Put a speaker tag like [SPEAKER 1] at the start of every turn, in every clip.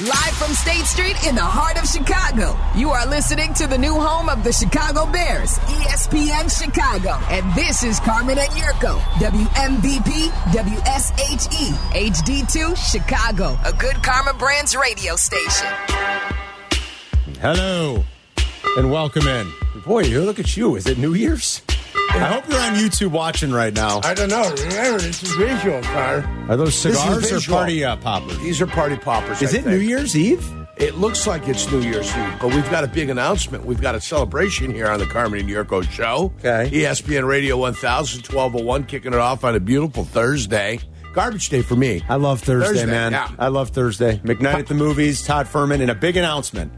[SPEAKER 1] Live from State Street in the heart of Chicago, you are listening to the new home of the Chicago Bears, E ESPN Chicago. And this is Carmen and Yurko, WMVP, WSHE, HD2, Chicago, a good Karma Brands radio station.
[SPEAKER 2] Hello and welcome in. Boy, you look at you. Is it New Year's? I hope you're on YouTube watching right now.
[SPEAKER 3] I don't know. Remember, this is visual, Carr.
[SPEAKER 2] Are those
[SPEAKER 3] This is
[SPEAKER 2] cigars or
[SPEAKER 3] visual.
[SPEAKER 2] party uh, poppers?
[SPEAKER 3] These are party poppers.
[SPEAKER 2] Is
[SPEAKER 3] I
[SPEAKER 2] it
[SPEAKER 3] think.
[SPEAKER 2] New Year's Eve?
[SPEAKER 3] It looks like it's New Year's Eve, but we've got a big announcement. We've got a celebration here on the Carmen and Yurko show. E
[SPEAKER 2] Okay.
[SPEAKER 3] ESPN Radio 1000, 1201, kicking it off on a beautiful Thursday. Garbage day for me.
[SPEAKER 2] I love Thursday,
[SPEAKER 3] Thursday,
[SPEAKER 2] man.
[SPEAKER 3] yeah.
[SPEAKER 2] I love Thursday. McKnight at the movies, Todd Furman, and a big announcement.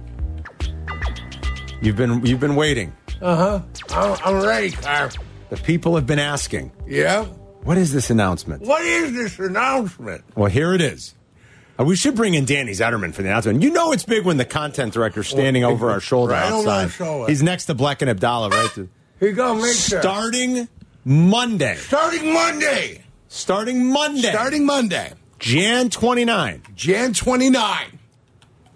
[SPEAKER 2] You've been you've been waiting.
[SPEAKER 3] Uh-huh. I'm, I'm ready, Carr.
[SPEAKER 2] The people have been asking,
[SPEAKER 3] Yeah?
[SPEAKER 2] what is this announcement?
[SPEAKER 3] What is this announcement?
[SPEAKER 2] Well, here it is. Uh, We should bring in Danny Zetterman for the announcement. You know it's big when the content director's standing over our shoulder
[SPEAKER 3] Right on our
[SPEAKER 2] outside.
[SPEAKER 3] shoulder.
[SPEAKER 2] He's next to Black and Abdallah, right?
[SPEAKER 3] Here you go, Ah! make sure.
[SPEAKER 2] Starting Monday.
[SPEAKER 3] Starting Monday.
[SPEAKER 2] Starting Monday.
[SPEAKER 3] Starting Monday,
[SPEAKER 2] Jan 29.
[SPEAKER 3] Jan 29.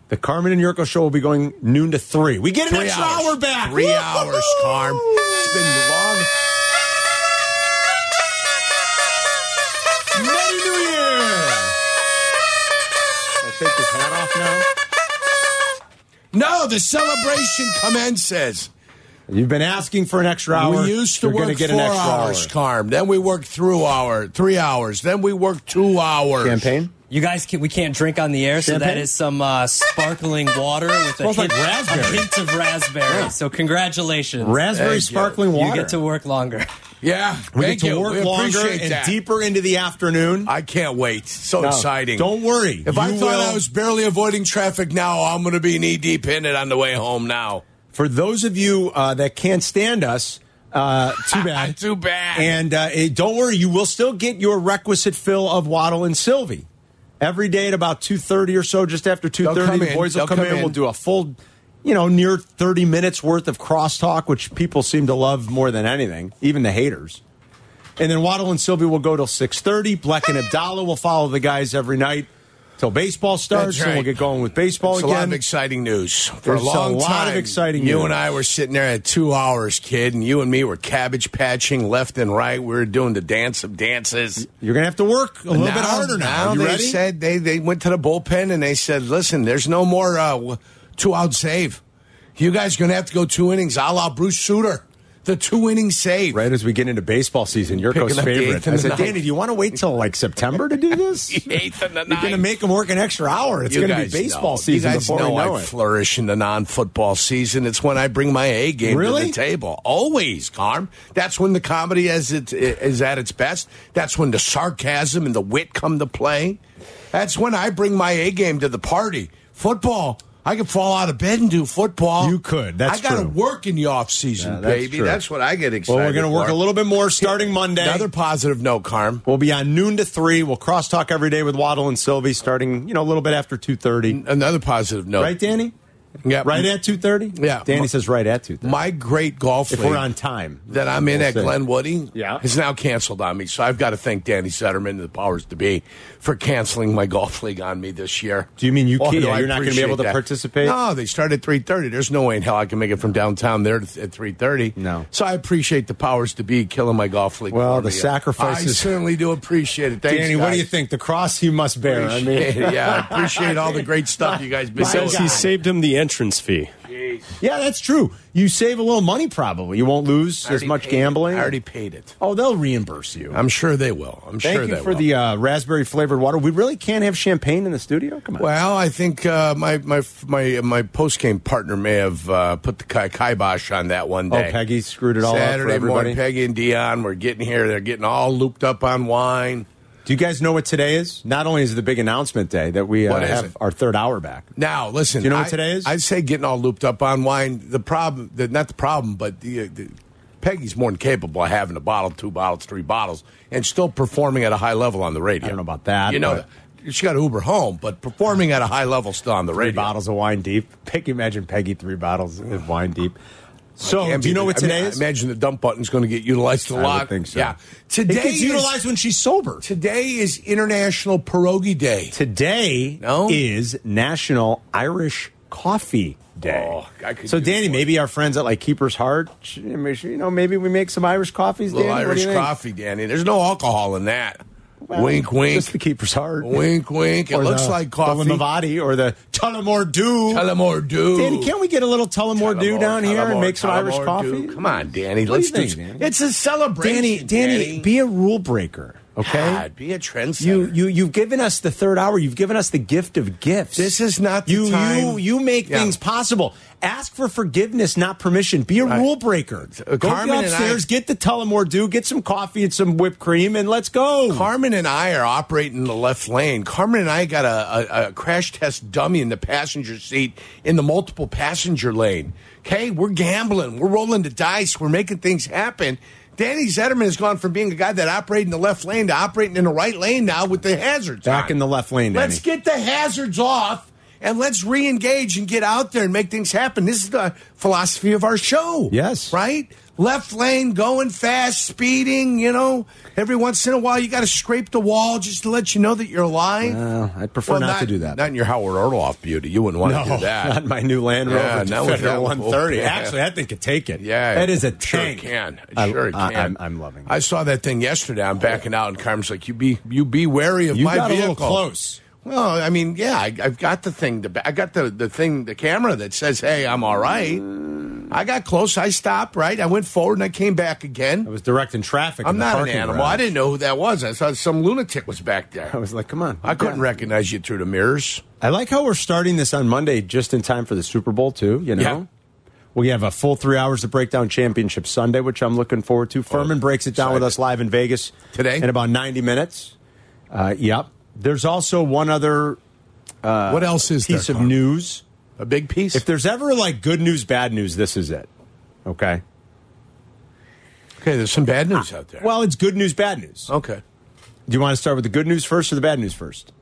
[SPEAKER 2] The Carmen and Yurko show will be going noon to 3. We get an
[SPEAKER 3] Three
[SPEAKER 2] extra
[SPEAKER 3] hours.
[SPEAKER 2] hour back.
[SPEAKER 3] Three
[SPEAKER 2] Woo-hoo!
[SPEAKER 3] hours, Carm. It's been long.
[SPEAKER 2] Merry New Year! I take this hat off now.
[SPEAKER 3] No, the celebration commences.
[SPEAKER 2] You've been asking for an extra hour.
[SPEAKER 3] We used to
[SPEAKER 2] You're gonna
[SPEAKER 3] work
[SPEAKER 2] get
[SPEAKER 3] four
[SPEAKER 2] an extra
[SPEAKER 3] hours,
[SPEAKER 2] hour.
[SPEAKER 3] Carm. Then we worked through our three hours. Then we worked two hours.
[SPEAKER 2] Campaign?
[SPEAKER 4] You guys, can, we can't drink on the air, so
[SPEAKER 2] Champagne?
[SPEAKER 4] that is some uh, sparkling water with a
[SPEAKER 2] Smells
[SPEAKER 4] hint,
[SPEAKER 2] like
[SPEAKER 4] a
[SPEAKER 2] raspberry.
[SPEAKER 4] hint of raspberry. So congratulations,
[SPEAKER 2] Raspberry
[SPEAKER 3] you.
[SPEAKER 2] sparkling
[SPEAKER 4] you
[SPEAKER 2] water.
[SPEAKER 4] get to work longer.
[SPEAKER 3] Yeah,
[SPEAKER 2] we
[SPEAKER 3] thank
[SPEAKER 2] get to
[SPEAKER 3] you.
[SPEAKER 2] work
[SPEAKER 3] we
[SPEAKER 2] longer
[SPEAKER 3] appreciate
[SPEAKER 2] and
[SPEAKER 3] that.
[SPEAKER 2] deeper into the afternoon.
[SPEAKER 3] I can't wait. So
[SPEAKER 2] No,
[SPEAKER 3] exciting.
[SPEAKER 2] Don't worry.
[SPEAKER 3] If I
[SPEAKER 2] You
[SPEAKER 3] thought
[SPEAKER 2] will-
[SPEAKER 3] I was barely avoiding traffic now, I'm going to be knee deep in it on the way home now.
[SPEAKER 2] for those of you uh, that can't stand us, uh, too bad.
[SPEAKER 3] Too bad.
[SPEAKER 2] And uh, it- don't worry, you will still get your requisite fill of Waddle and Sylvie every day at about two thirty or so, just after two
[SPEAKER 3] come
[SPEAKER 2] thirty. The
[SPEAKER 3] in.
[SPEAKER 2] boys
[SPEAKER 3] They'll
[SPEAKER 2] will come,
[SPEAKER 3] come
[SPEAKER 2] in.
[SPEAKER 3] in.
[SPEAKER 2] We'll do a full, you know, near thirty minutes worth of crosstalk, which people seem to love more than anything, even the haters. And then Waddle and Sylvie will go till six thirty. Black and Abdallah will follow the guys every night till baseball starts,
[SPEAKER 3] That's
[SPEAKER 2] and we'll
[SPEAKER 3] right.
[SPEAKER 2] get going with baseball
[SPEAKER 3] It's a
[SPEAKER 2] again.
[SPEAKER 3] lot of exciting news. For
[SPEAKER 2] There's
[SPEAKER 3] a
[SPEAKER 2] a
[SPEAKER 3] long
[SPEAKER 2] lot
[SPEAKER 3] time,
[SPEAKER 2] of exciting
[SPEAKER 3] You
[SPEAKER 2] news.
[SPEAKER 3] and I were sitting there at two hours, kid, and you and me were cabbage patching left and right. We were doing the dance of dances.
[SPEAKER 2] You're gonna have to work a little bit harder now. you
[SPEAKER 3] they
[SPEAKER 2] ready?
[SPEAKER 3] said they, they went to the bullpen and they said, "Listen, there's no more uh, w- two out save. You guys going to have to go two innings, a la Bruce Sutter, the two inning save."
[SPEAKER 2] right as we get into baseball season, Yurko's
[SPEAKER 3] Picking up the
[SPEAKER 2] favorite.
[SPEAKER 3] eighth
[SPEAKER 2] I
[SPEAKER 3] and the
[SPEAKER 2] said,
[SPEAKER 3] ninth.
[SPEAKER 2] Danny, do you want to wait till like September to do this?
[SPEAKER 3] The eighth and the
[SPEAKER 2] You're going to
[SPEAKER 3] ninth.
[SPEAKER 2] make them work an extra hour. It's going to be
[SPEAKER 3] guys
[SPEAKER 2] baseball
[SPEAKER 3] know.
[SPEAKER 2] season
[SPEAKER 3] You guys
[SPEAKER 2] before
[SPEAKER 3] know
[SPEAKER 2] we know
[SPEAKER 3] I
[SPEAKER 2] it.
[SPEAKER 3] flourish in the non-football season. It's when I bring my A game to
[SPEAKER 2] Really?
[SPEAKER 3] the table. Always, Carm. That's when the comedy is it is at its best. That's when the sarcasm and the wit come to play. That's when I bring my A game to the party. Football. I could fall out of bed and do football.
[SPEAKER 2] You could. That's
[SPEAKER 3] I got to
[SPEAKER 2] true.
[SPEAKER 3] work in the off season,
[SPEAKER 2] Yeah, that's
[SPEAKER 3] baby.
[SPEAKER 2] true.
[SPEAKER 3] That's what I get
[SPEAKER 2] well,
[SPEAKER 3] excited.
[SPEAKER 2] we're going to work
[SPEAKER 3] for.
[SPEAKER 2] a little bit more starting Monday.
[SPEAKER 3] Another positive note, Carm.
[SPEAKER 2] we'll be on noon to three. We'll crosstalk every day with Waddle and Sylvie, starting you know a little bit after two thirty.
[SPEAKER 3] Another positive note.
[SPEAKER 2] Right, Danny?
[SPEAKER 3] Yeah.
[SPEAKER 2] Right at two thirty.
[SPEAKER 3] Yeah.
[SPEAKER 2] Danny
[SPEAKER 3] My-
[SPEAKER 2] says right at two thirty.
[SPEAKER 3] my great golf
[SPEAKER 2] If we're
[SPEAKER 3] league-
[SPEAKER 2] on time,
[SPEAKER 3] that I'm in
[SPEAKER 2] We'll
[SPEAKER 3] at
[SPEAKER 2] see.
[SPEAKER 3] Glen Woody
[SPEAKER 2] Yeah.
[SPEAKER 3] is now canceled on me. So I've got to thank Danny Sutterman and the powers to be for canceling my golf league on me this year.
[SPEAKER 2] Do you mean you can't-
[SPEAKER 3] do I
[SPEAKER 2] you're not gonna be
[SPEAKER 3] appreciate
[SPEAKER 2] able to
[SPEAKER 3] that.
[SPEAKER 2] participate?
[SPEAKER 3] No, they start at 3.30. There's no way in hell I can make it from downtown there to- at 3.30.
[SPEAKER 2] No.
[SPEAKER 3] So I appreciate the powers to be killing my golf league
[SPEAKER 2] Well,
[SPEAKER 3] for
[SPEAKER 2] the
[SPEAKER 3] me.
[SPEAKER 2] sacrifices-
[SPEAKER 3] I certainly do appreciate it. Thanks,
[SPEAKER 2] Danny, what do
[SPEAKER 3] guys.
[SPEAKER 2] you think? The cross you must bear. I mean,
[SPEAKER 3] yeah, I appreciate all the great stuff you guys been
[SPEAKER 5] says
[SPEAKER 3] doing.
[SPEAKER 5] he saved him the entrance fee.
[SPEAKER 2] yeah, that's true. You save a little money probably. You won't lose
[SPEAKER 3] I
[SPEAKER 2] as
[SPEAKER 3] already
[SPEAKER 2] much
[SPEAKER 3] paid it.
[SPEAKER 2] gambling.
[SPEAKER 3] I already paid it.
[SPEAKER 2] Oh, they'll reimburse you.
[SPEAKER 3] I'm sure they will. I'm
[SPEAKER 2] Thank
[SPEAKER 3] sure
[SPEAKER 2] you
[SPEAKER 3] they
[SPEAKER 2] for
[SPEAKER 3] will.
[SPEAKER 2] the uh, raspberry flavored water. We really can't have champagne in the studio. Come on.
[SPEAKER 3] Well, I think uh, my my my my post game partner may have uh, put the ki- kibosh on that one
[SPEAKER 2] oh,
[SPEAKER 3] day.
[SPEAKER 2] Peggy screwed it all up for
[SPEAKER 3] Saturday
[SPEAKER 2] everybody.
[SPEAKER 3] morning, Peggy and Dion were getting here. They're getting all looped up on wine.
[SPEAKER 2] Do you guys know what today is? Not only is it the big announcement day that we uh,
[SPEAKER 3] What is
[SPEAKER 2] have
[SPEAKER 3] it?
[SPEAKER 2] our third hour back.
[SPEAKER 3] Now, listen.
[SPEAKER 2] Do you know what
[SPEAKER 3] I-
[SPEAKER 2] today is?
[SPEAKER 3] I'd say getting all looped up on wine. The problem, the, not the problem, but the, uh, the, Peggy's more than capable of having a bottle, two bottles, three bottles, and still performing at a high level on the radio.
[SPEAKER 2] I don't know about that,
[SPEAKER 3] You know,
[SPEAKER 2] but-
[SPEAKER 3] that- she got to Uber home, but performing at a high level still on the
[SPEAKER 2] Three
[SPEAKER 3] radio.
[SPEAKER 2] bottles of wine deep. Peggy, imagine Peggy three bottles of wine deep. So,
[SPEAKER 3] Can't
[SPEAKER 2] do
[SPEAKER 3] be
[SPEAKER 2] you know
[SPEAKER 3] the-
[SPEAKER 2] what
[SPEAKER 3] I mean,
[SPEAKER 2] today
[SPEAKER 3] I
[SPEAKER 2] is?
[SPEAKER 3] imagine the dump button's going to get utilized a
[SPEAKER 2] would
[SPEAKER 3] lot.
[SPEAKER 2] think so.
[SPEAKER 3] Yeah,
[SPEAKER 2] It
[SPEAKER 3] today
[SPEAKER 2] gets
[SPEAKER 3] is-
[SPEAKER 2] utilized when she's sober.
[SPEAKER 3] Today is International Pierogi Day.
[SPEAKER 2] Today
[SPEAKER 3] No?
[SPEAKER 2] is National Irish Coffee Day.
[SPEAKER 3] Oh, I could
[SPEAKER 2] so,
[SPEAKER 3] use
[SPEAKER 2] Danny,
[SPEAKER 3] one.
[SPEAKER 2] maybe our friends at like Keeper's Heart, sh- you know, maybe we make some Irish coffees.
[SPEAKER 3] Little
[SPEAKER 2] Danny? What do
[SPEAKER 3] Irish
[SPEAKER 2] you think?
[SPEAKER 3] coffee, Danny. There's no alcohol in that.
[SPEAKER 2] Well,
[SPEAKER 3] wink, wink.
[SPEAKER 2] Just the Keeper's Heart.
[SPEAKER 3] Wink, wink. It
[SPEAKER 2] Or
[SPEAKER 3] looks
[SPEAKER 2] the-
[SPEAKER 3] like coffee.
[SPEAKER 2] The Limavady or the Tullamore Dew.
[SPEAKER 3] Tullamore Dew.
[SPEAKER 2] Danny, can't we get a little Tullamore Dew
[SPEAKER 3] Tullamore,
[SPEAKER 2] down here and
[SPEAKER 3] Tullamore,
[SPEAKER 2] make some Irish
[SPEAKER 3] Tullamore
[SPEAKER 2] coffee?
[SPEAKER 3] Dew. Come on, Danny.
[SPEAKER 2] What do
[SPEAKER 3] Let's
[SPEAKER 2] you
[SPEAKER 3] do,
[SPEAKER 2] think,
[SPEAKER 3] some-
[SPEAKER 2] Danny?
[SPEAKER 3] It's a celebration.
[SPEAKER 2] Danny, Danny, be a rule breaker, okay?
[SPEAKER 3] God, be a trendsetter.
[SPEAKER 2] You you you've given us the third hour. You've given us the gift of gifts.
[SPEAKER 3] This is not the
[SPEAKER 2] you you
[SPEAKER 3] time-
[SPEAKER 2] you make
[SPEAKER 3] Yeah.
[SPEAKER 2] things possible. Ask for forgiveness, not permission. Be a rule breaker.
[SPEAKER 3] Uh,
[SPEAKER 2] go
[SPEAKER 3] Carmen and I-
[SPEAKER 2] upstairs, get the Tullamore Dew, get some coffee and some whipped cream, and let's go.
[SPEAKER 3] Carmen and I are operating in the left lane. Carmen and I got a, a, a crash test dummy in the passenger seat in the multiple passenger lane. Okay, we're gambling, we're rolling the dice, we're making things happen. Danny Zetterman has gone from being a guy that operated in the left lane to operating in the right lane now with the hazards.
[SPEAKER 2] Back
[SPEAKER 3] on.
[SPEAKER 2] in the left lane, Danny.
[SPEAKER 3] Let's get the hazards off and let's re-engage and get out there and make things happen. This is the philosophy of our show.
[SPEAKER 2] Yes.
[SPEAKER 3] Right? Left lane, going fast, speeding, you know. Every once in a while you gotta scrape the wall just to let you know that you're alive.
[SPEAKER 2] Uh, I'd prefer not, to do that.
[SPEAKER 3] Not in your Howard Orloff beauty. You wouldn't want to do that.
[SPEAKER 2] not my new Land Rover
[SPEAKER 3] Yeah, not with
[SPEAKER 2] Defender
[SPEAKER 3] that one.
[SPEAKER 2] 130.
[SPEAKER 3] Yeah.
[SPEAKER 2] Actually, that thing could take it.
[SPEAKER 3] Yeah,
[SPEAKER 2] that is a
[SPEAKER 3] sure
[SPEAKER 2] tank.
[SPEAKER 3] It can It
[SPEAKER 2] I-
[SPEAKER 3] sure it
[SPEAKER 2] I-
[SPEAKER 3] can.
[SPEAKER 2] I'm- I'm loving it.
[SPEAKER 3] I saw that thing yesterday. I'm backing out, and Carmen's like, "You be you be wary of
[SPEAKER 2] You
[SPEAKER 3] my
[SPEAKER 2] got a
[SPEAKER 3] vehicle."
[SPEAKER 2] little close.
[SPEAKER 3] Well, I mean, yeah, I, I've got the thing. To, ba- I got the the thing, the camera that says, "Hey, I'm all right." I got close. I stopped. Right, I went forward and I came back
[SPEAKER 2] I
[SPEAKER 3] again.
[SPEAKER 2] was directing traffic.
[SPEAKER 3] I'm
[SPEAKER 2] in the
[SPEAKER 3] not an
[SPEAKER 2] parking
[SPEAKER 3] animal.
[SPEAKER 2] garage.
[SPEAKER 3] I didn't know who that was. I saw some lunatic was back there.
[SPEAKER 2] I was like, come on.
[SPEAKER 3] I couldn't
[SPEAKER 2] Yeah.
[SPEAKER 3] recognize you through the mirrors.
[SPEAKER 2] I like how we're starting this on Monday just in time for the Super Bowl, too. You know,
[SPEAKER 3] Yeah.
[SPEAKER 2] we have a full three hours to break down Championship Sunday, which I'm looking forward to. Furman breaks it down with us live in Vegas
[SPEAKER 3] Oh, Today?
[SPEAKER 2] in about 90 minutes. Uh, yep. There's also one other uh,
[SPEAKER 3] what else is
[SPEAKER 2] piece
[SPEAKER 3] there,
[SPEAKER 2] of
[SPEAKER 3] Carmen?
[SPEAKER 2] news.
[SPEAKER 3] A big piece.
[SPEAKER 2] If there's ever like good news, bad news, this is it. Okay.
[SPEAKER 3] okay, there's some bad news out there.
[SPEAKER 2] Well, it's good news, bad news.
[SPEAKER 3] okay.
[SPEAKER 2] Do you want to start with the good news first or the bad news first?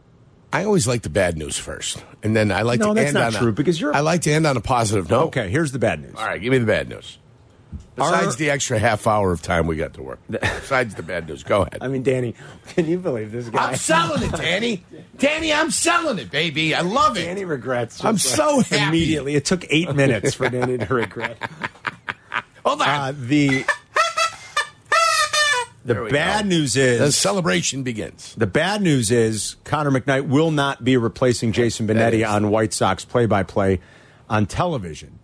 [SPEAKER 3] I always like the bad news first, and then I like
[SPEAKER 2] No,
[SPEAKER 3] to
[SPEAKER 2] that's
[SPEAKER 3] end
[SPEAKER 2] not
[SPEAKER 3] on
[SPEAKER 2] true,
[SPEAKER 3] a,
[SPEAKER 2] because you're-
[SPEAKER 3] I like to end on a positive note.
[SPEAKER 2] Okay, here's the bad news.
[SPEAKER 3] all right, give me the bad news. Besides
[SPEAKER 2] Our-
[SPEAKER 3] the extra half hour of time we got to work. Besides the bad news, go ahead.
[SPEAKER 2] I mean, Danny, can you believe this guy?
[SPEAKER 3] I'm selling it, Danny. Danny, I'm selling it, baby. I love it.
[SPEAKER 2] Danny regrets.
[SPEAKER 3] I'm
[SPEAKER 2] just,
[SPEAKER 3] so
[SPEAKER 2] like,
[SPEAKER 3] happy.
[SPEAKER 2] Immediately, it took eight minutes for Danny to regret.
[SPEAKER 3] Hold on.
[SPEAKER 2] Uh, the
[SPEAKER 3] There
[SPEAKER 2] the
[SPEAKER 3] we
[SPEAKER 2] bad
[SPEAKER 3] go.
[SPEAKER 2] news
[SPEAKER 3] the
[SPEAKER 2] is
[SPEAKER 3] celebration begins.
[SPEAKER 2] the bad news is Connor McKnight will not be replacing Jason
[SPEAKER 3] That
[SPEAKER 2] Benetti
[SPEAKER 3] is-
[SPEAKER 2] on White Sox play-by-play on television.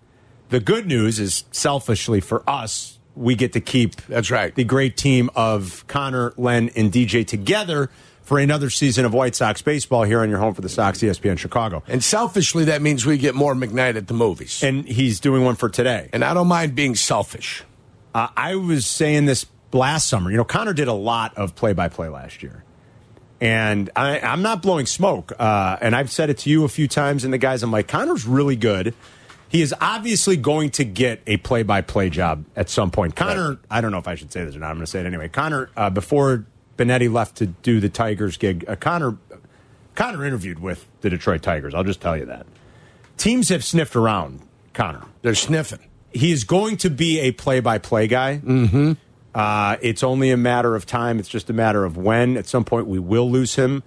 [SPEAKER 2] The good news is, selfishly for us, we get to keep
[SPEAKER 3] That's right.
[SPEAKER 2] the great team of Connor, Len, and DJ together for another season of White Sox baseball here on your home for the Sox, E ESPN Chicago,
[SPEAKER 3] And selfishly, that means we get more McKnight at the movies.
[SPEAKER 2] and he's doing one for today.
[SPEAKER 3] and I don't mind being selfish.
[SPEAKER 2] Uh, I was saying this last summer. You know, Connor did a lot of play by play last year. And I, I'm not blowing smoke. Uh, and I've said it to you a few times, and the guys, I'm like, Connor's really good. He is obviously going to get a play by play job at some point. Connor, I don't know if I should say this or not. I'm going to say it anyway. Connor, uh, before Benetti left to do the Tigers gig, uh, Connor, Connor interviewed with the Detroit Tigers. I'll just tell you that. Teams have sniffed around Connor
[SPEAKER 3] They're sniffing.
[SPEAKER 2] he is going to be a play-by-play guy. Mm-hmm. Uh, it's only a matter of time. It's just a matter of when. At some point, we will lose him.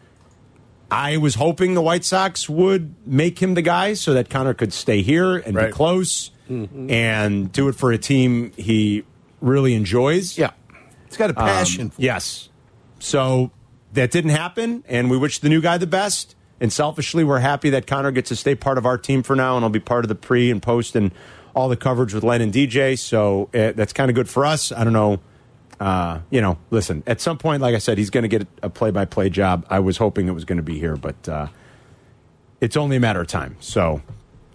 [SPEAKER 2] I was hoping the White Sox would make him the guy so that Connor could stay here and be
[SPEAKER 3] Right. Mm-hmm.
[SPEAKER 2] close and do it for a team he really enjoys.
[SPEAKER 3] Yeah. It's got a passion. for
[SPEAKER 2] Um, Yes. So that didn't happen, and we wish the new guy the best. And selfishly, we're happy that Connor gets to stay part of our team for now, and I'll be part of the pre and post and all the coverage with Len and DJ. So uh, that's kind of good for us. I don't know. Uh, you know, listen, at some point, like I said, he's going to get a play by play job. I was hoping it was going to be here, but uh, it's only a matter of time. So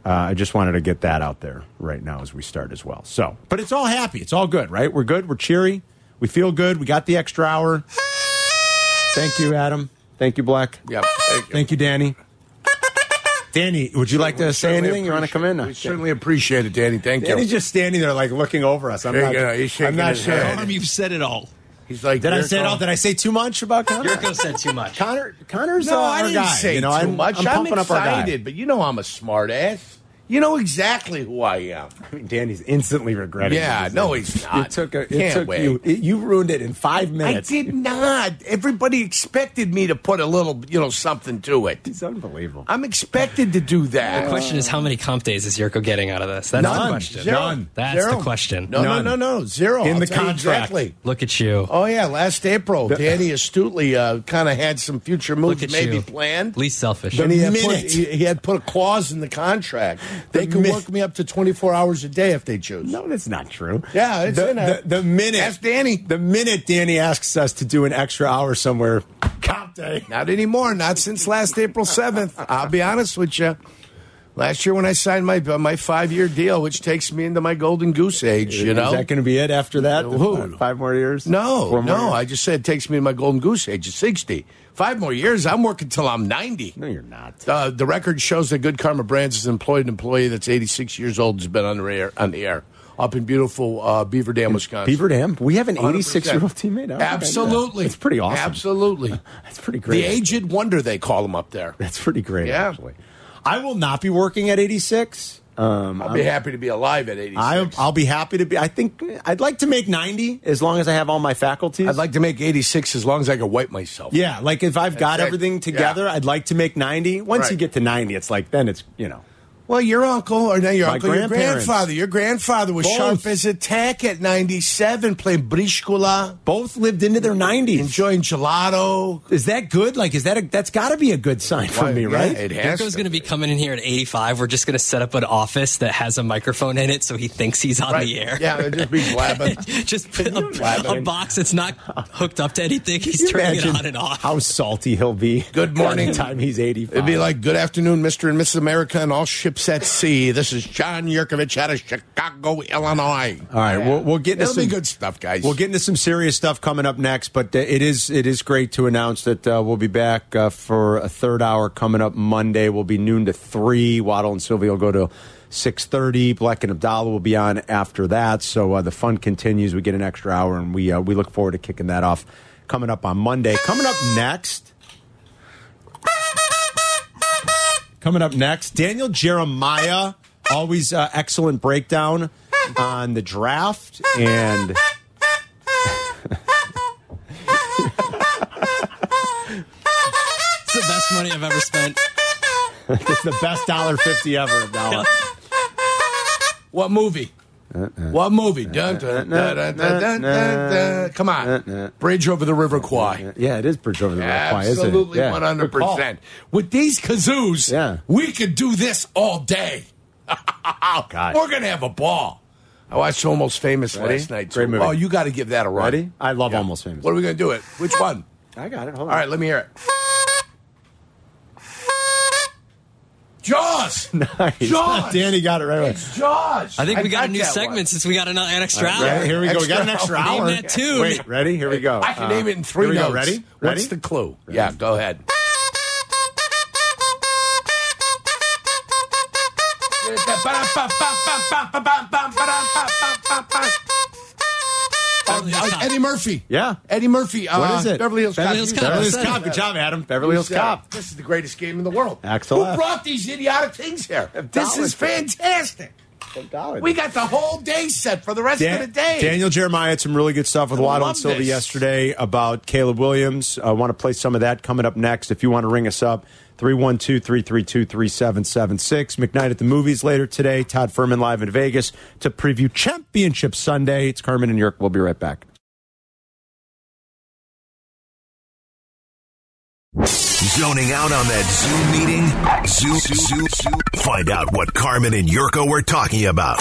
[SPEAKER 2] uh, I just wanted to get that out there right now as we start as well. So, but it's all happy. It's all good, right? We're good. We're cheery. We feel good. We got the extra hour. Thank you, Adam. Thank you, Black.
[SPEAKER 3] Yep. Thank you.
[SPEAKER 2] Thank you, Danny. Danny, would you like to
[SPEAKER 3] We
[SPEAKER 2] say
[SPEAKER 3] certainly
[SPEAKER 2] anything? You want to come in?
[SPEAKER 3] appreciate- We certainly appreciate it, Danny. Thank you.
[SPEAKER 2] Danny's just standing there, like looking over us. I'm
[SPEAKER 3] There you
[SPEAKER 2] not.
[SPEAKER 3] go. He's shaking
[SPEAKER 2] I'm not
[SPEAKER 3] his
[SPEAKER 2] sure.
[SPEAKER 3] head.
[SPEAKER 6] Norm, you've said it all.
[SPEAKER 3] He's like,
[SPEAKER 2] Did I
[SPEAKER 3] "You're
[SPEAKER 2] say it all?
[SPEAKER 3] gone."
[SPEAKER 2] Did I say too much about Connor?
[SPEAKER 4] Yurko said too much.
[SPEAKER 2] Connor, Connor's
[SPEAKER 3] No,
[SPEAKER 2] uh,
[SPEAKER 3] I
[SPEAKER 2] our
[SPEAKER 3] didn't
[SPEAKER 2] guy.
[SPEAKER 3] say
[SPEAKER 2] you know,
[SPEAKER 3] too
[SPEAKER 2] I'm,
[SPEAKER 3] much.
[SPEAKER 2] I'm
[SPEAKER 3] I'm
[SPEAKER 2] pumping up our guy.
[SPEAKER 3] excited, but you know I'm a smart ass. You know exactly who I am.
[SPEAKER 2] I mean, Danny's instantly regretting.
[SPEAKER 3] Yeah,
[SPEAKER 2] it.
[SPEAKER 3] no, he's not.
[SPEAKER 2] It took a, it
[SPEAKER 3] Can't
[SPEAKER 2] took
[SPEAKER 3] wait.
[SPEAKER 2] you. It, you ruined it in five
[SPEAKER 3] I
[SPEAKER 2] minutes.
[SPEAKER 3] did not. Everybody expected me to put a little, you know, something to it.
[SPEAKER 2] It's unbelievable.
[SPEAKER 3] I'm expected to do
[SPEAKER 4] The
[SPEAKER 3] that.
[SPEAKER 4] question is, how many comp days is Yurko getting out of this? That's
[SPEAKER 2] None.
[SPEAKER 4] the question.
[SPEAKER 2] Zero.
[SPEAKER 4] That's the question.
[SPEAKER 3] No,
[SPEAKER 2] None.
[SPEAKER 3] no, no, no. Zero.
[SPEAKER 2] In
[SPEAKER 3] I'll
[SPEAKER 2] the
[SPEAKER 3] tell you
[SPEAKER 2] contract.
[SPEAKER 3] Exactly.
[SPEAKER 4] Look at you.
[SPEAKER 3] Oh, yeah. Last April, Danny astutely uh, kind of had some future
[SPEAKER 4] Look
[SPEAKER 3] moves
[SPEAKER 4] at
[SPEAKER 3] maybe
[SPEAKER 4] you.
[SPEAKER 3] planned.
[SPEAKER 4] Least selfish.
[SPEAKER 3] And he had, put,
[SPEAKER 2] minute.
[SPEAKER 3] he, he had put a clause in the contract. They
[SPEAKER 2] The
[SPEAKER 3] can
[SPEAKER 2] min-
[SPEAKER 3] work me up to 24 hours a day if they choose.
[SPEAKER 2] No, that's not true.
[SPEAKER 3] Yeah, it's
[SPEAKER 2] the,
[SPEAKER 3] in there.
[SPEAKER 2] the, the minute.
[SPEAKER 3] Ask Danny.
[SPEAKER 2] The minute Danny asks us to do an extra hour somewhere, cop day.
[SPEAKER 3] Not anymore. Not since last April 7th. I'll be honest with you. Last year when I signed my uh, my five year deal, which takes me into my golden goose age, you know.
[SPEAKER 2] is that going to be it after that?
[SPEAKER 3] Who?
[SPEAKER 2] Five more years?
[SPEAKER 3] no,
[SPEAKER 2] Four more
[SPEAKER 3] no.
[SPEAKER 2] years?
[SPEAKER 3] I just said it takes me to my golden goose age of 60. Five more years, I'm working till I'm 90.
[SPEAKER 2] no, you're not.
[SPEAKER 3] Uh, the record shows that Good Karma Brands has employed an employee that's 86 years old has been on the air, on the air up in beautiful uh, Beaver Dam, Wisconsin.
[SPEAKER 2] Beaver Dam. We have an 86 year old
[SPEAKER 3] 100%.
[SPEAKER 2] teammate. I don't think I knew that.
[SPEAKER 3] Absolutely.
[SPEAKER 2] It's pretty awesome.
[SPEAKER 3] Absolutely.
[SPEAKER 2] That's pretty great.
[SPEAKER 3] the aged wonder, they call him up there.
[SPEAKER 2] That's pretty great.
[SPEAKER 3] Yeah.
[SPEAKER 2] Actually, I will not be working at 86. Um,
[SPEAKER 3] I'll be happy to be alive at 86.
[SPEAKER 2] I, I'll be happy to be. I think I'd like to make 90 as long as I have all my faculties.
[SPEAKER 3] I'd like to make 86 as long as I can wipe myself.
[SPEAKER 2] Yeah, like if I've got
[SPEAKER 3] That's it.
[SPEAKER 2] everything
[SPEAKER 3] Yeah.
[SPEAKER 2] together, I'd like to make 90. Once
[SPEAKER 3] Right.
[SPEAKER 2] you get to 90, it's like, then it's, you know.
[SPEAKER 3] Well, your uncle, or not your
[SPEAKER 2] My
[SPEAKER 3] uncle, your
[SPEAKER 2] grandparents.
[SPEAKER 3] grandfather. Your grandfather was
[SPEAKER 2] Both.
[SPEAKER 3] sharp as a tack at 97, playing briscola,
[SPEAKER 2] Both lived into their 90s.
[SPEAKER 3] enjoying gelato.
[SPEAKER 2] Is that good? Like, is that a, that's got to be a good sign for
[SPEAKER 3] Why,
[SPEAKER 2] me,
[SPEAKER 3] yeah,
[SPEAKER 2] right?
[SPEAKER 3] It has
[SPEAKER 4] Yurko's
[SPEAKER 3] to
[SPEAKER 4] going to be coming in here at 85. We're just going to set up an office that has a microphone in it so he thinks he's on
[SPEAKER 3] Right.
[SPEAKER 4] the air.
[SPEAKER 3] Yeah, it'd just be blabbing.
[SPEAKER 4] just put
[SPEAKER 3] imagine?
[SPEAKER 4] a, a box that's not hooked up to anything.
[SPEAKER 2] Can
[SPEAKER 4] He's
[SPEAKER 2] you
[SPEAKER 4] turning it
[SPEAKER 2] imagine
[SPEAKER 4] on and off.
[SPEAKER 2] How salty he'll be.
[SPEAKER 3] Good morning.
[SPEAKER 2] By the time he's 85.
[SPEAKER 3] It'd be like, good afternoon, Mr. and Mrs. America and all ships at sea. This is John Yurkovich out of Chicago, Illinois.
[SPEAKER 2] all right, we'll, we'll get into
[SPEAKER 3] It'll
[SPEAKER 2] some
[SPEAKER 3] be good stuff, guys.
[SPEAKER 2] We'll get into some serious stuff coming up next, but uh, it is it is great to announce that uh, we'll be back uh, for a third hour coming up Monday. We'll be noon to three. Waddle and Sylvia will go to six thirty. Black and Abdallah will be on after that. So uh, the fun continues. We get an extra hour, and we uh, we look forward to kicking that off coming up on Monday. Coming up next. Coming up next, Daniel Jeremiah, always uh, excellent breakdown on the draft and.
[SPEAKER 4] It's the best money I've ever spent.
[SPEAKER 2] It's the best dollar fifty ever. Dollar.
[SPEAKER 3] What movie?
[SPEAKER 2] Uh-uh.
[SPEAKER 3] What movie? Dun, dun, dun, dun, dun, dun, dun, dun. Come
[SPEAKER 2] Uh-uh.
[SPEAKER 3] on. Bridge over the River Kwai.
[SPEAKER 2] Yeah, it Uh-uh. is Bridge over the Red Fly, isn't it?
[SPEAKER 3] Absolutely
[SPEAKER 2] Yeah.
[SPEAKER 3] 100%. With these kazoos,
[SPEAKER 2] Yeah.
[SPEAKER 3] we could do this all day.
[SPEAKER 2] God.
[SPEAKER 3] We're going to have a ball. I watched Almost Famous
[SPEAKER 2] Ready?
[SPEAKER 3] last night.
[SPEAKER 2] Great
[SPEAKER 3] too.
[SPEAKER 2] movie.
[SPEAKER 3] Oh, you got to give that a run.
[SPEAKER 2] Ready? I love Almost Famous.
[SPEAKER 3] What are we going to do it? Which one?
[SPEAKER 2] I got it. Hold on.
[SPEAKER 3] All right, let me hear it. Jaws!
[SPEAKER 2] Nice.
[SPEAKER 3] Jaws!
[SPEAKER 2] Danny got it right away.
[SPEAKER 3] Jaws!
[SPEAKER 4] I think we got
[SPEAKER 3] like
[SPEAKER 4] a new
[SPEAKER 3] that
[SPEAKER 4] segment
[SPEAKER 3] one.
[SPEAKER 4] since we got an, an extra hour.
[SPEAKER 2] Right, here we go. We got an
[SPEAKER 3] Extra
[SPEAKER 2] extra hour.
[SPEAKER 3] hour.
[SPEAKER 4] Name that tune.
[SPEAKER 2] Wait, ready? Here we go.
[SPEAKER 3] I can
[SPEAKER 2] Uh,
[SPEAKER 3] name it in three
[SPEAKER 2] here we
[SPEAKER 3] notes.
[SPEAKER 2] Go. Ready? Ready?
[SPEAKER 3] What's the clue? Yeah, go ahead. Uh, Eddie Murphy.
[SPEAKER 2] Yeah.
[SPEAKER 3] Eddie Murphy. Uh,
[SPEAKER 2] What is it?
[SPEAKER 3] Beverly Hills Cop.
[SPEAKER 4] Beverly Hills
[SPEAKER 3] You
[SPEAKER 4] Cop.
[SPEAKER 3] said
[SPEAKER 2] Beverly
[SPEAKER 3] it.
[SPEAKER 2] Hills Cop. Good job, Adam. Beverly Hills
[SPEAKER 3] You said it.
[SPEAKER 2] Cop.
[SPEAKER 3] uh, This is the greatest game in the world.
[SPEAKER 2] Axel
[SPEAKER 3] Who
[SPEAKER 2] F.
[SPEAKER 3] brought these idiotic things here? This is fantastic. We got the whole day set for the rest
[SPEAKER 2] Dan-
[SPEAKER 3] of the day.
[SPEAKER 2] Daniel Jeremiah had some really good stuff with
[SPEAKER 3] I
[SPEAKER 2] Waddle
[SPEAKER 3] love
[SPEAKER 2] and Sylvia
[SPEAKER 3] this.
[SPEAKER 2] yesterday about Caleb Williams. I want to play some of that coming up next. If you want to ring us up, 312 332 3776. McKnight at the movies later today. Todd Furman live in Vegas to preview Championship Sunday. It's Carmen and York. We'll be right back.
[SPEAKER 6] Zoning out on that Zoom meeting? Zoom, Zoom, Zoom. Find out what Carmen and Yurko were talking about.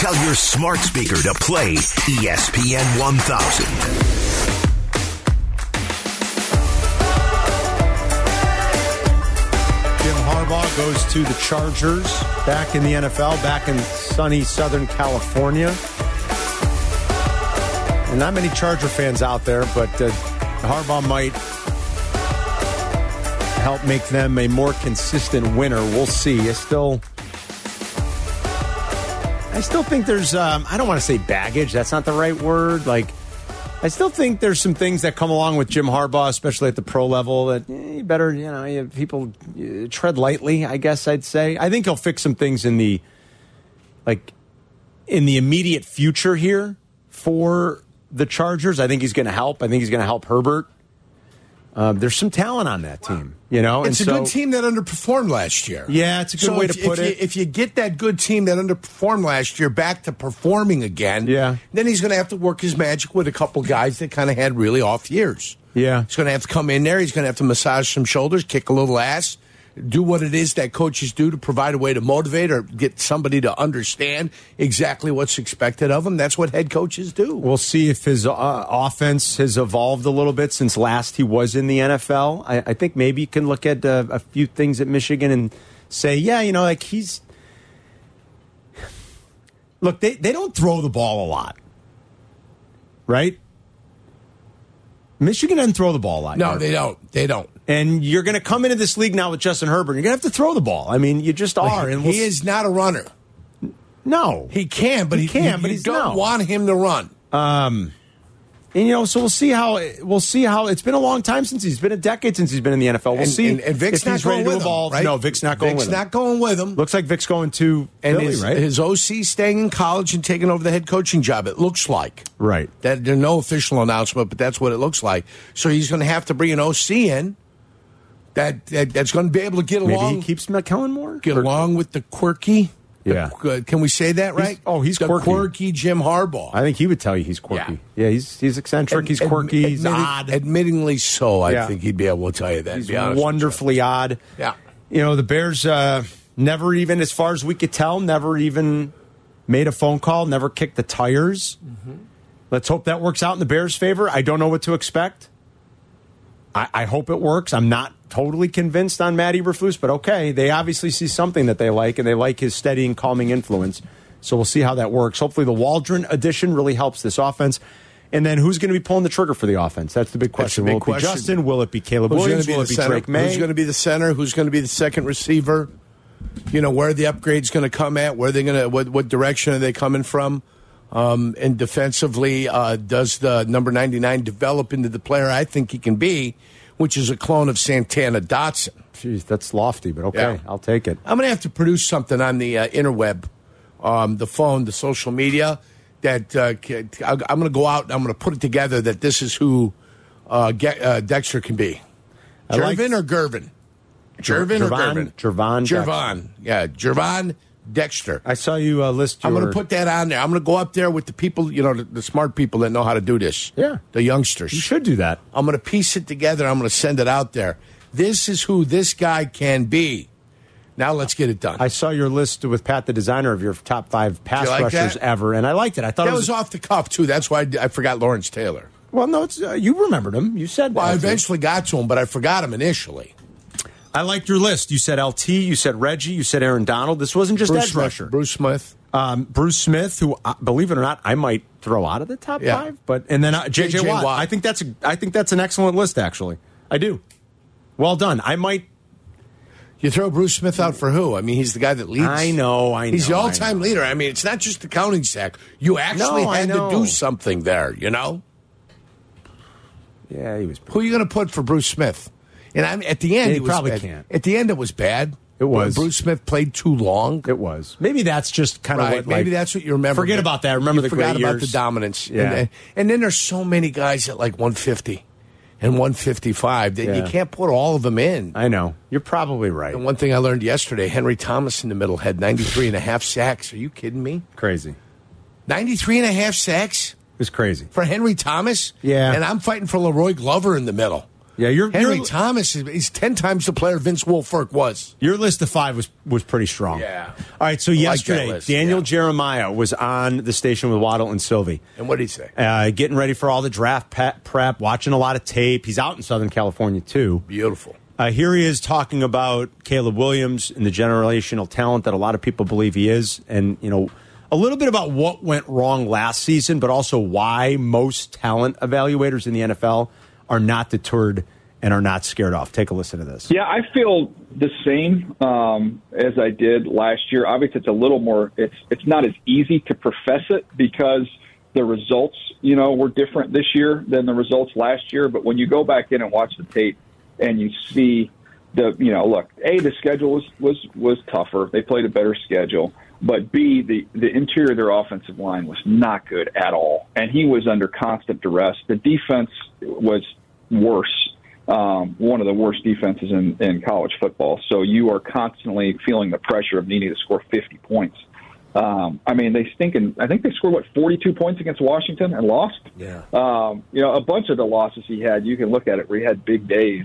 [SPEAKER 6] Tell your smart speaker to play E ESPN 1000.
[SPEAKER 2] Jim Harbaugh goes to the Chargers back in the NFL, back in sunny Southern California. And not many Charger fans out there, but uh, Harbaugh might help make them a more consistent winner. We'll see. It's still. I still think there's, um, I don't want to say baggage. That's not the right word. Like, I still think there's some things that come along with Jim Harbaugh, especially at the pro level, that eh, you better, you know, you, people uh, tread lightly. I guess I'd say. I think he'll fix some things in the like in the immediate future here for the Chargers. I think he's going to help. I think he's going to help Herbert. Um, there's some talent on that team, you know.
[SPEAKER 3] It's
[SPEAKER 2] and
[SPEAKER 3] a
[SPEAKER 2] so-
[SPEAKER 3] good team that underperformed last year.
[SPEAKER 2] Yeah, it's a good
[SPEAKER 3] So
[SPEAKER 2] way
[SPEAKER 3] if-
[SPEAKER 2] to put
[SPEAKER 3] if
[SPEAKER 2] it.
[SPEAKER 3] You, if you get that good team that underperformed last year back to performing again,
[SPEAKER 2] Yeah.
[SPEAKER 3] then he's going to have to work his magic with a couple guys that kind of had really off years.
[SPEAKER 2] Yeah.
[SPEAKER 3] he's going to have to come in there. He's going to have to massage some shoulders, kick a little ass, do what it is that coaches do to provide a way to motivate or get somebody to understand exactly what's expected of them. That's what head coaches do.
[SPEAKER 2] We'll see if his uh, offense has evolved a little bit since last he was in the NFL. I, I think maybe you can look at uh, a few things at Michigan and say, yeah, you know, like he's. Look, they, they don't throw the ball a lot, right? Michigan doesn't throw the ball a lot.
[SPEAKER 3] no,
[SPEAKER 2] Eric.
[SPEAKER 3] they don't. They don't.
[SPEAKER 2] and you're going to come into this league now with Justin Herbert. You're going to have to throw the ball. I mean, you just are. And we'll-
[SPEAKER 3] he is not a runner.
[SPEAKER 2] no.
[SPEAKER 3] He can, but
[SPEAKER 2] He
[SPEAKER 3] he,
[SPEAKER 2] can, but
[SPEAKER 3] you
[SPEAKER 2] he's
[SPEAKER 3] don't
[SPEAKER 2] not.
[SPEAKER 3] want him to run.
[SPEAKER 2] And you know, so we'll see how we'll see how it's been a long time since he's been a decade since he's been in the NFL. We'll
[SPEAKER 3] and,
[SPEAKER 2] see
[SPEAKER 3] and, and Vic's
[SPEAKER 2] if
[SPEAKER 3] not
[SPEAKER 2] he's
[SPEAKER 3] going
[SPEAKER 2] ready to
[SPEAKER 3] with
[SPEAKER 2] evolve.
[SPEAKER 3] Him, right?
[SPEAKER 2] No, Vic's not going
[SPEAKER 3] Vic's
[SPEAKER 2] with him.
[SPEAKER 3] not going with him.
[SPEAKER 2] Looks like Vic's going to
[SPEAKER 3] and
[SPEAKER 2] Philly,
[SPEAKER 3] his,
[SPEAKER 2] right?
[SPEAKER 3] his OC staying in college and taking over the head coaching job. It looks like
[SPEAKER 2] Right.
[SPEAKER 3] That there's no official announcement, but that's what it looks like. So he's going to have to bring an OC in that, that that's going to be able to get
[SPEAKER 2] Maybe
[SPEAKER 3] along.
[SPEAKER 2] he keeps McKellen more.
[SPEAKER 3] get
[SPEAKER 2] Or-
[SPEAKER 3] along with the quirky. the
[SPEAKER 2] Yeah.
[SPEAKER 3] qu- can we say that right?
[SPEAKER 2] oh, he's
[SPEAKER 3] the
[SPEAKER 2] quirky.
[SPEAKER 3] Jim Harbaugh.
[SPEAKER 2] I think he would tell you he's quirky. Yeah, he's he's eccentric. he's
[SPEAKER 3] Ad-
[SPEAKER 2] quirky. he's
[SPEAKER 3] admitting-
[SPEAKER 2] odd.
[SPEAKER 3] Admittingly so, I
[SPEAKER 2] Yeah.
[SPEAKER 3] think he'd be able to tell you that. to
[SPEAKER 2] he's
[SPEAKER 3] be honest with you.
[SPEAKER 2] wonderfully odd.
[SPEAKER 3] Yeah.
[SPEAKER 2] You know, the Bears uh, never even, as far as we could tell, never even made a phone call, never kicked the tires.
[SPEAKER 7] Mm-hmm.
[SPEAKER 2] Let's hope that works out in the Bears' favor. I don't know what to expect. I, I hope it works. I'm not totally convinced on Matt Eberflus, but okay, they obviously see something that they like, and they like his steady and calming influence. So we'll see how that works. Hopefully, the Waldron addition really helps this offense. And then who's going to be pulling the trigger for the offense? That's the big
[SPEAKER 3] That's the
[SPEAKER 2] question.
[SPEAKER 3] big
[SPEAKER 2] will it
[SPEAKER 3] question.
[SPEAKER 2] be Justin? Will it be Caleb
[SPEAKER 3] Who's
[SPEAKER 2] Williams?
[SPEAKER 3] gonna
[SPEAKER 2] Will
[SPEAKER 3] the
[SPEAKER 2] it be
[SPEAKER 3] center?
[SPEAKER 2] Drake May?
[SPEAKER 3] Who's going to be the center? Who's going to be the second receiver? You know where the upgrade's going to come at? Where they going to? What, what direction are they coming from? Um, and defensively, uh, does the number ninety nine develop into the player I think he can be, which is a clone of Santana Dotson?
[SPEAKER 2] Jeez, that's lofty, but okay,
[SPEAKER 3] Yeah.
[SPEAKER 2] I'll take it.
[SPEAKER 3] I'm going to have to produce something on the uh, interweb, um, the phone, the social media. That uh, ca- I'm going to go out and I'm going to put it together that this is who uh, Ge- uh, Dexter can be.
[SPEAKER 2] I like-
[SPEAKER 3] Jervin or Gervin? Jervin or Gervin?
[SPEAKER 2] Jervon- Jervon Dexter.
[SPEAKER 3] Jervon. Yeah, Jervon Dexter.
[SPEAKER 2] I saw you uh, list.
[SPEAKER 3] I'm going
[SPEAKER 2] your-
[SPEAKER 3] to put that on there. I'm going to go up there with the people, you know, the, the smart people that know how to do this.
[SPEAKER 2] Yeah.
[SPEAKER 3] The youngsters.
[SPEAKER 2] You should do that.
[SPEAKER 3] I'm going to piece it together. I'm going to send it out there. This is who this guy can be. Now let's get it done.
[SPEAKER 2] I saw your list with Pat, the designer of your top five pass
[SPEAKER 3] You like
[SPEAKER 2] rushers
[SPEAKER 3] that?
[SPEAKER 2] ever, and I liked it. I thought
[SPEAKER 3] That
[SPEAKER 2] it
[SPEAKER 3] was
[SPEAKER 2] was.
[SPEAKER 3] off the cuff too. That's why I, I forgot Lawrence Taylor.
[SPEAKER 2] well, no, it's uh, you remembered him. You said.
[SPEAKER 3] Well, I
[SPEAKER 2] LT.
[SPEAKER 3] eventually got to him, but I forgot him initially.
[SPEAKER 2] I liked your list. You said LT. You said Reggie. You said Aaron Donald. This wasn't just edge
[SPEAKER 3] Smith,
[SPEAKER 2] rusher.
[SPEAKER 3] Bruce Smith.
[SPEAKER 2] Um, Bruce Smith, who uh, believe it or not, I might throw out of the top
[SPEAKER 3] Yeah.
[SPEAKER 2] five, but and then uh, JJ,
[SPEAKER 3] J.J.
[SPEAKER 2] Watt.
[SPEAKER 3] Watt.
[SPEAKER 2] I think that's a, I think that's an excellent list. Actually, I do. Well done. I might.
[SPEAKER 3] You throw Bruce Smith out for who? I mean, he's the guy that leads.
[SPEAKER 2] I know. I know.
[SPEAKER 3] He's the
[SPEAKER 2] I
[SPEAKER 3] all-time
[SPEAKER 2] know.
[SPEAKER 3] leader. I mean, it's not just the counting sack. You actually
[SPEAKER 2] No, I
[SPEAKER 3] had to
[SPEAKER 2] know.
[SPEAKER 3] do something there. You know
[SPEAKER 2] Yeah, he was.
[SPEAKER 3] who are you going to put for Bruce Smith? And I'm at the end.
[SPEAKER 2] Yeah,
[SPEAKER 3] it
[SPEAKER 2] you
[SPEAKER 3] was
[SPEAKER 2] probably
[SPEAKER 3] bad.
[SPEAKER 2] can't.
[SPEAKER 3] At the end, it was bad.
[SPEAKER 2] It was.
[SPEAKER 3] Bruce Smith played too long.
[SPEAKER 2] It was. Maybe that's just kind
[SPEAKER 3] Right.
[SPEAKER 2] of what.
[SPEAKER 3] Maybe
[SPEAKER 2] like-
[SPEAKER 3] that's what you remember.
[SPEAKER 2] Forget about that. Remember
[SPEAKER 3] You
[SPEAKER 2] the
[SPEAKER 3] forgot
[SPEAKER 2] great
[SPEAKER 3] about
[SPEAKER 2] years.
[SPEAKER 3] the dominance.
[SPEAKER 2] Yeah.
[SPEAKER 3] And, uh, and then there's so many guys at like 150 and 155 that
[SPEAKER 2] Yeah.
[SPEAKER 3] you can't put all of them in.
[SPEAKER 2] I know. You're probably right.
[SPEAKER 3] and one thing I learned yesterday, Henry Thomas in the middle had 93 and a half sacks. Are you kidding me?
[SPEAKER 2] Crazy. It
[SPEAKER 3] 93 and a half sacks
[SPEAKER 2] was crazy.
[SPEAKER 3] for Henry Thomas?
[SPEAKER 2] Yeah.
[SPEAKER 3] And I'm fighting for Leroy Glover in the middle.
[SPEAKER 2] Yeah, you're-
[SPEAKER 3] Henry
[SPEAKER 2] you're-
[SPEAKER 3] Thomas is he's 10 times the player Vince Wilfork was.
[SPEAKER 2] Your list of five was was pretty strong.
[SPEAKER 3] Yeah.
[SPEAKER 2] All right. So
[SPEAKER 3] I like that
[SPEAKER 2] yesterday,
[SPEAKER 3] list,
[SPEAKER 2] Daniel
[SPEAKER 3] yeah.
[SPEAKER 2] Jeremiah was on the station with Waddle and Sylvie,
[SPEAKER 3] And what did he say?
[SPEAKER 2] uh, getting ready for all the draft pe- prep, watching a lot of tape. He's out in Southern California too.
[SPEAKER 3] Beautiful.
[SPEAKER 2] Uh, here he is talking about Caleb Williams and the generational talent that a lot of people believe he is, and you know a little bit about what went wrong last season, but also why most talent evaluators in the NFL are not deterred and are not scared off. Take a listen to this.
[SPEAKER 8] Yeah, I feel the same um, as I did last year. Obviously, it's a little more. It's it's not as easy to profess it because the results, you know, were different this year than the results last year. But when you go back in and watch the tape, and you see the you know look a the schedule was was was tougher they played a better schedule but b the the interior of their offensive line was not good at all and he was under constant duress the defense was worse um, one of the worst defenses in, in college football so you are constantly feeling the pressure of needing to score 50 points um, I mean, they stink, and I think they scored what 42 points against Washington and lost. Yeah. Um, you know, a bunch of the losses he had, you can look at it where he had big days.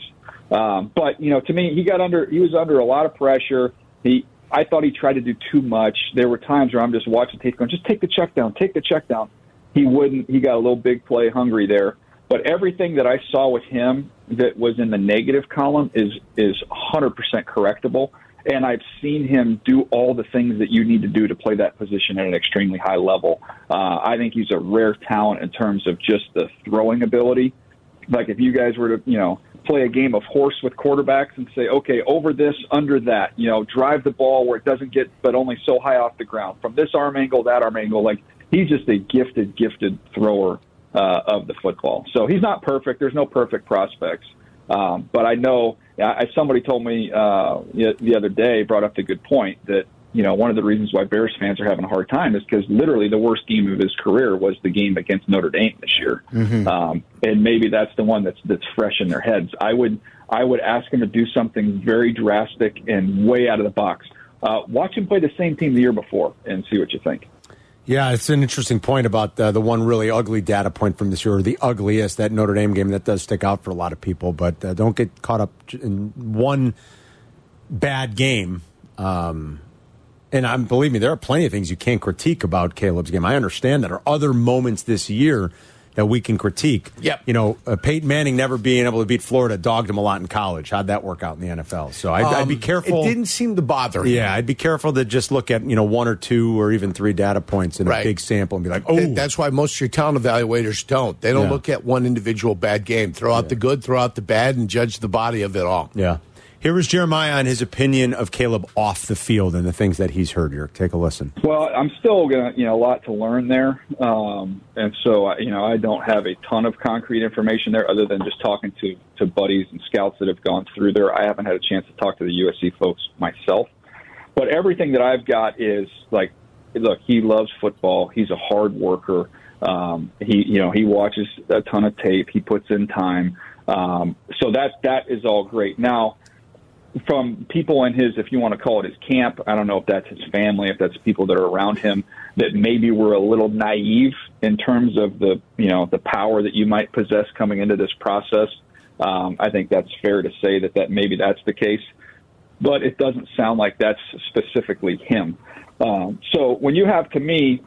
[SPEAKER 8] Um, but you know, to me, he got under, he was under a lot of pressure. He, I thought he tried to do too much. There were times where I'm just watching tape going, just take the check down, take the check down. He wouldn't. He got a little big play hungry there. But everything that I saw with him that was in the negative column is is 100% correctable and I've seen him do all the things that you need to do to play that position at an extremely high level. Uh, I think he's a rare talent in terms of just the throwing ability. Like if you guys were to, you know, play a game of horse with quarterbacks and say, okay, over this, under that, you know, drive the ball where it doesn't get, but only so high off the ground from this arm angle, that arm angle. Like he's just a gifted, gifted thrower uh, of the football. So he's not perfect. There's no perfect prospects. Um, but I know I, somebody told me uh, the other day brought up the good point that you know one of the reasons why Bears fans are having a hard time is because literally the worst game of his career was the game against Notre Dame this year, um, and maybe that's the one that's that's fresh in their heads. I would I would ask him to do something very drastic and way out of the box. Uh, watch him play the same team the year before and see what you think.
[SPEAKER 2] Yeah, it's an interesting point about uh, the one really ugly data point from this year, or the ugliest, that Notre Dame game that does stick out for a lot of people. But uh, don't get caught up in one bad game. Um, and I'm believe me, there are plenty of things you can't critique about Caleb's game. I understand that. There are other moments this year that we can critique.
[SPEAKER 3] Yep.
[SPEAKER 2] You know, uh, Peyton Manning never being able to beat Florida dogged him a lot in college. How'd that work out in the NFL? So I, Oh, I'd be
[SPEAKER 3] Um,
[SPEAKER 2] careful.
[SPEAKER 3] It didn't seem to bother him.
[SPEAKER 2] Yeah, I'd be careful to just look at you know one or two or even three data points in a
[SPEAKER 3] Right.
[SPEAKER 2] big sample and be like, oh,
[SPEAKER 3] Th- That's why most of your talent evaluators don't. They don't
[SPEAKER 2] Yeah.
[SPEAKER 3] look at one individual bad game. Throw out the good, throw out the bad, and judge the body of it all.
[SPEAKER 2] yeah. Here is Jeremiah on his opinion of Caleb off the field and the things that he's heard. Eric, take a listen.
[SPEAKER 8] Well, I'm still gonna, you know, a lot to learn there, um, and so I- you know, I don't have a ton of concrete information there, other than just talking to to buddies and scouts that have gone through there. I haven't had a chance to talk to the USC folks myself, but everything that I've got is like, look, he loves football. He's a hard worker. Um, he, you know, he watches a ton of tape. He puts in time. Um, so that that is all great. Now, from people in his, if you want to call it his camp, I don't know if that's his family, if that's people that are around him, that maybe were a little naive in terms of the, you know, the power that you might possess coming into this process. Um, I think that's fair to say that that maybe that's the case but it doesn't sound like that's specifically him. Um, so when you have to me,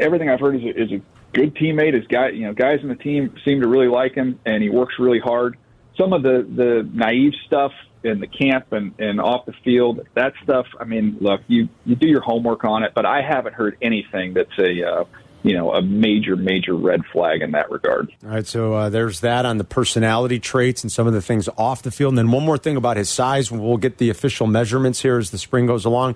[SPEAKER 8] everything I've heard is a, is a good teammate. His guy, you know, guys in the team seem to really like him, and he works really hard. Some of the the naive stuff in the camp and, and off the field, that stuff. I mean, look, you you do your homework on it, but I haven't heard anything that's a uh, you know a major major red flag in that regard.
[SPEAKER 2] All right, so uh, there's that on the personality traits and some of the things off the field. And then one more thing about his size. We'll get the official measurements here as the spring goes along.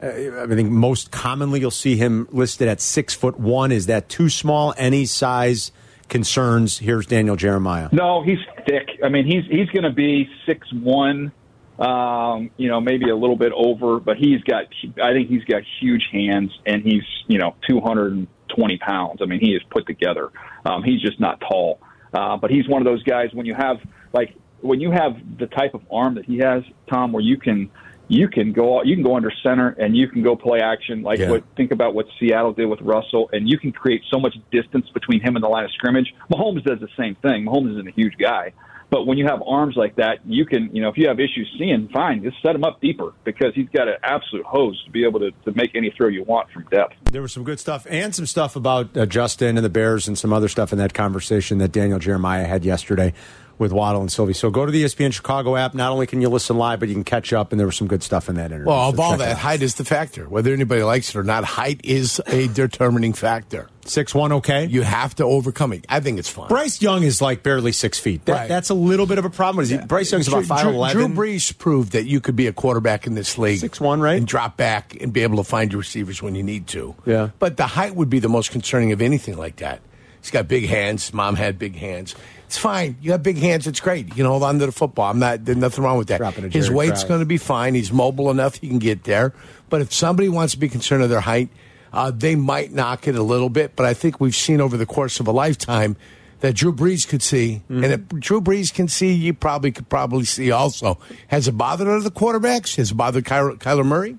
[SPEAKER 2] Uh, I think most commonly you'll see him listed at six foot one. Is that too small? Any size concerns? Here's Daniel Jeremiah.
[SPEAKER 8] No, he's thick. I mean, he's he's going to be six one, um, you know, maybe a little bit over, but he's got. I think he's got huge hands, and he's you know two hundred and twenty pounds. I mean, he is put together. Um, he's just not tall, uh, but he's one of those guys when you have like when you have the type of arm that he has, Tom, where you can. You can go. You can go under center, and you can go play action. Like
[SPEAKER 2] Yeah.
[SPEAKER 8] what? Think about what Seattle did with Russell, and you can create so much distance between him and the line of scrimmage. Mahomes does the same thing. Mahomes isn't a huge guy, but when you have arms like that, you can, you know, if you have issues seeing, fine, just set him up deeper because he's got an absolute hose to be able to, to make any throw you want from depth.
[SPEAKER 2] There was some good stuff and some stuff about uh, Justin and the Bears and some other stuff in that conversation that Daniel Jeremiah had yesterday with Waddle and Sylvie. So go to the E ESPN Chicago app. Not only can you listen live, but you can catch up. And there was some good stuff in that interview.
[SPEAKER 3] Well,
[SPEAKER 2] So
[SPEAKER 3] of all
[SPEAKER 2] check it
[SPEAKER 3] that,
[SPEAKER 2] out.
[SPEAKER 3] height is the factor. Whether anybody likes it or not, height is a determining factor.
[SPEAKER 2] six one, okay.
[SPEAKER 3] You have to overcome it. I think it's fine.
[SPEAKER 2] Bryce Young is like barely six feet. That,
[SPEAKER 3] Right.
[SPEAKER 2] That's a little bit of a problem. Is he, Bryce Young's about
[SPEAKER 3] Drew- Drew-
[SPEAKER 2] five eleven.
[SPEAKER 3] Drew Brees proved that you could be a quarterback in this league,
[SPEAKER 2] 6'1", right?
[SPEAKER 3] and drop back and be able to find your receivers when you need to.
[SPEAKER 2] Yeah.
[SPEAKER 3] but the height would be the most concerning of anything like that. He's got big hands. Mom had big hands. It's fine. You have big hands. It's great. You can hold on to the football. I'm not. There's nothing wrong with that.
[SPEAKER 2] Dropping a
[SPEAKER 3] His
[SPEAKER 2] Jerry
[SPEAKER 3] weight's
[SPEAKER 2] Krause.
[SPEAKER 3] going to be fine. He's mobile enough. He can get there. But if somebody wants to be concerned of their height, uh, they might knock it a little bit. But I think we've seen over the course of a lifetime that Drew Brees could see,
[SPEAKER 2] Mm-hmm.
[SPEAKER 3] and if Drew Brees can see, you probably could probably see also. Has it bothered other quarterbacks? Has it bothered Kyler, Kyler Murray?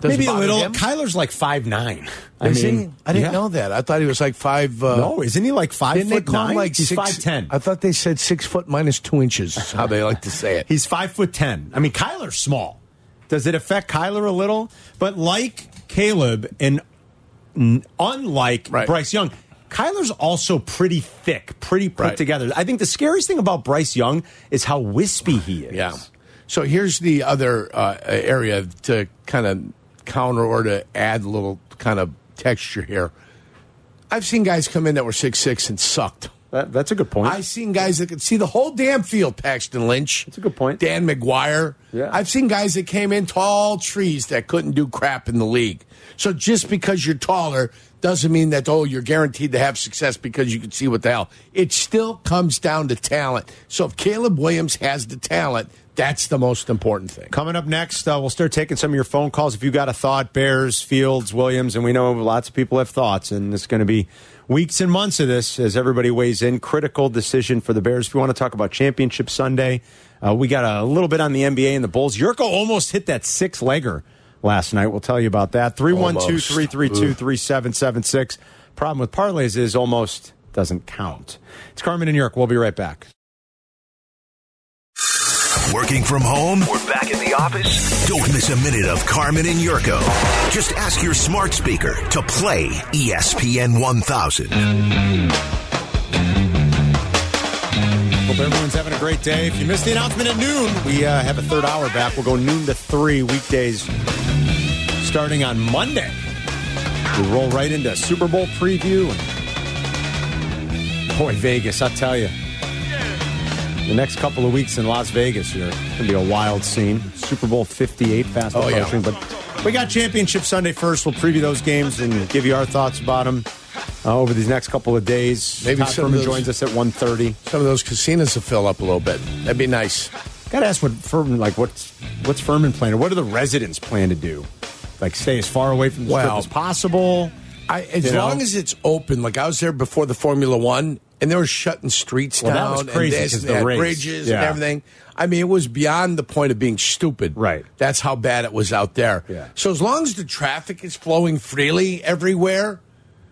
[SPEAKER 3] Does it
[SPEAKER 2] Maybe a
[SPEAKER 3] bother
[SPEAKER 2] little.
[SPEAKER 3] him?
[SPEAKER 2] Kyler's like five nine.
[SPEAKER 3] Is he? I didn't
[SPEAKER 2] yeah.
[SPEAKER 3] know that. I thought he was like five. Uh,
[SPEAKER 2] No, isn't he like five
[SPEAKER 3] Didn't they
[SPEAKER 2] foot
[SPEAKER 3] call him
[SPEAKER 2] nine?
[SPEAKER 3] like
[SPEAKER 2] He's
[SPEAKER 3] six-
[SPEAKER 2] five ten.
[SPEAKER 3] I thought they said six foot minus two inches. Is how they like to say it.
[SPEAKER 2] He's five foot ten. I mean, Kyler's small. Does it affect Kyler a little? But like Caleb and n- unlike
[SPEAKER 3] Right.
[SPEAKER 2] Bryce Young, Kyler's also pretty thick, pretty put
[SPEAKER 3] Right.
[SPEAKER 2] together. I think the scariest thing about Bryce Young is how wispy he is.
[SPEAKER 3] Yeah. So here's the other uh, area to kind of counter or to add a little kind of texture here. I've seen guys come in that were six six and sucked.
[SPEAKER 2] That, that's a good point.
[SPEAKER 3] I've seen guys that could see the whole damn field. Paxton Lynch. That's
[SPEAKER 2] a good point.
[SPEAKER 3] Dan McGuire.
[SPEAKER 2] Yeah.
[SPEAKER 3] I've seen guys that came in tall trees that couldn't do crap in the league. So just because you're taller doesn't mean that oh you're guaranteed to have success because you can see what the hell. It still comes down to talent. So if Caleb Williams has the talent, that's the most important thing.
[SPEAKER 2] Coming up next, uh, we'll start taking some of your phone calls. If you got a thought, Bears, Fields, Williams, and we know lots of people have thoughts, and it's going to be weeks and months of this as everybody weighs in. Critical decision for the Bears. If you want to talk about Championship Sunday, uh, we got a little bit on the NBA and the Bulls. Yurko almost hit that six legger last night. We'll tell you about that. 312 332 3776. Problem with parlays is almost doesn't count. It's Carmen and York. We'll be right back.
[SPEAKER 6] Working from home?
[SPEAKER 9] We're back in the office.
[SPEAKER 6] Don't miss a minute of Carmen and Yurko. Just ask your smart speaker to play E ESPN 1000.
[SPEAKER 2] Hope everyone's having a great day. If you missed the announcement at noon, we uh, have a third hour back. We'll go noon to three weekdays starting on Monday. We roll right into Super Bowl preview. And boy, Vegas, I tell you. The next couple of weeks in Las Vegas here going to be a wild scene. Super Bowl 58 fast
[SPEAKER 3] Oh, yeah.
[SPEAKER 2] approaching. But we got Championship Sunday first. We'll preview those games and give you our thoughts about them uh, over these next couple of days.
[SPEAKER 3] Maybe
[SPEAKER 2] Todd
[SPEAKER 3] some of
[SPEAKER 2] Furman
[SPEAKER 3] those-
[SPEAKER 2] joins us at 1.30.
[SPEAKER 3] Some of those casinos will fill up a little bit. That'd be nice.
[SPEAKER 2] Gotta ask what Furman like. What's what's Furman planning? What do the residents plan to do? Like stay as far away from the strip
[SPEAKER 3] Well-
[SPEAKER 2] as possible.
[SPEAKER 3] I, as
[SPEAKER 2] You know?
[SPEAKER 3] long as it's open, like I was there before the Formula One, and they were shutting streets
[SPEAKER 2] Well, that
[SPEAKER 3] down
[SPEAKER 2] was crazy
[SPEAKER 3] and this
[SPEAKER 2] 'cause
[SPEAKER 3] and
[SPEAKER 2] the
[SPEAKER 3] that,
[SPEAKER 2] race.
[SPEAKER 3] bridges and
[SPEAKER 2] Yeah.
[SPEAKER 3] everything. I mean, it was beyond the point of being stupid.
[SPEAKER 2] Right.
[SPEAKER 3] That's how bad it was out there.
[SPEAKER 2] Yeah.
[SPEAKER 3] So as long as the traffic is flowing freely everywhere,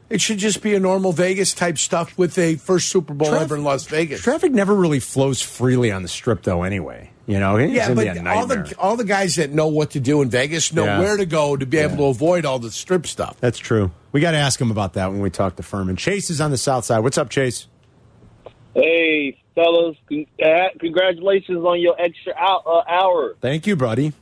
[SPEAKER 3] it should just be a normal Vegas type stuff with a first Super Bowl
[SPEAKER 2] Traf-
[SPEAKER 3] ever in Las Vegas.
[SPEAKER 2] Traffic never really flows freely on the strip, though. Anyway, you know, it's
[SPEAKER 3] yeah,
[SPEAKER 2] gonna
[SPEAKER 3] but
[SPEAKER 2] be a
[SPEAKER 3] all
[SPEAKER 2] nightmare.
[SPEAKER 3] the all the guys that know what to do in Vegas know
[SPEAKER 2] Yeah.
[SPEAKER 3] where to go to be able to avoid all the strip stuff.
[SPEAKER 2] That's true. We got to ask him about that when we talk to Furman. Chase is on the south side. What's up, Chase?
[SPEAKER 7] Hey, fellas, con- uh, congratulations on your extra hou- uh, hour.
[SPEAKER 2] Thank you, buddy.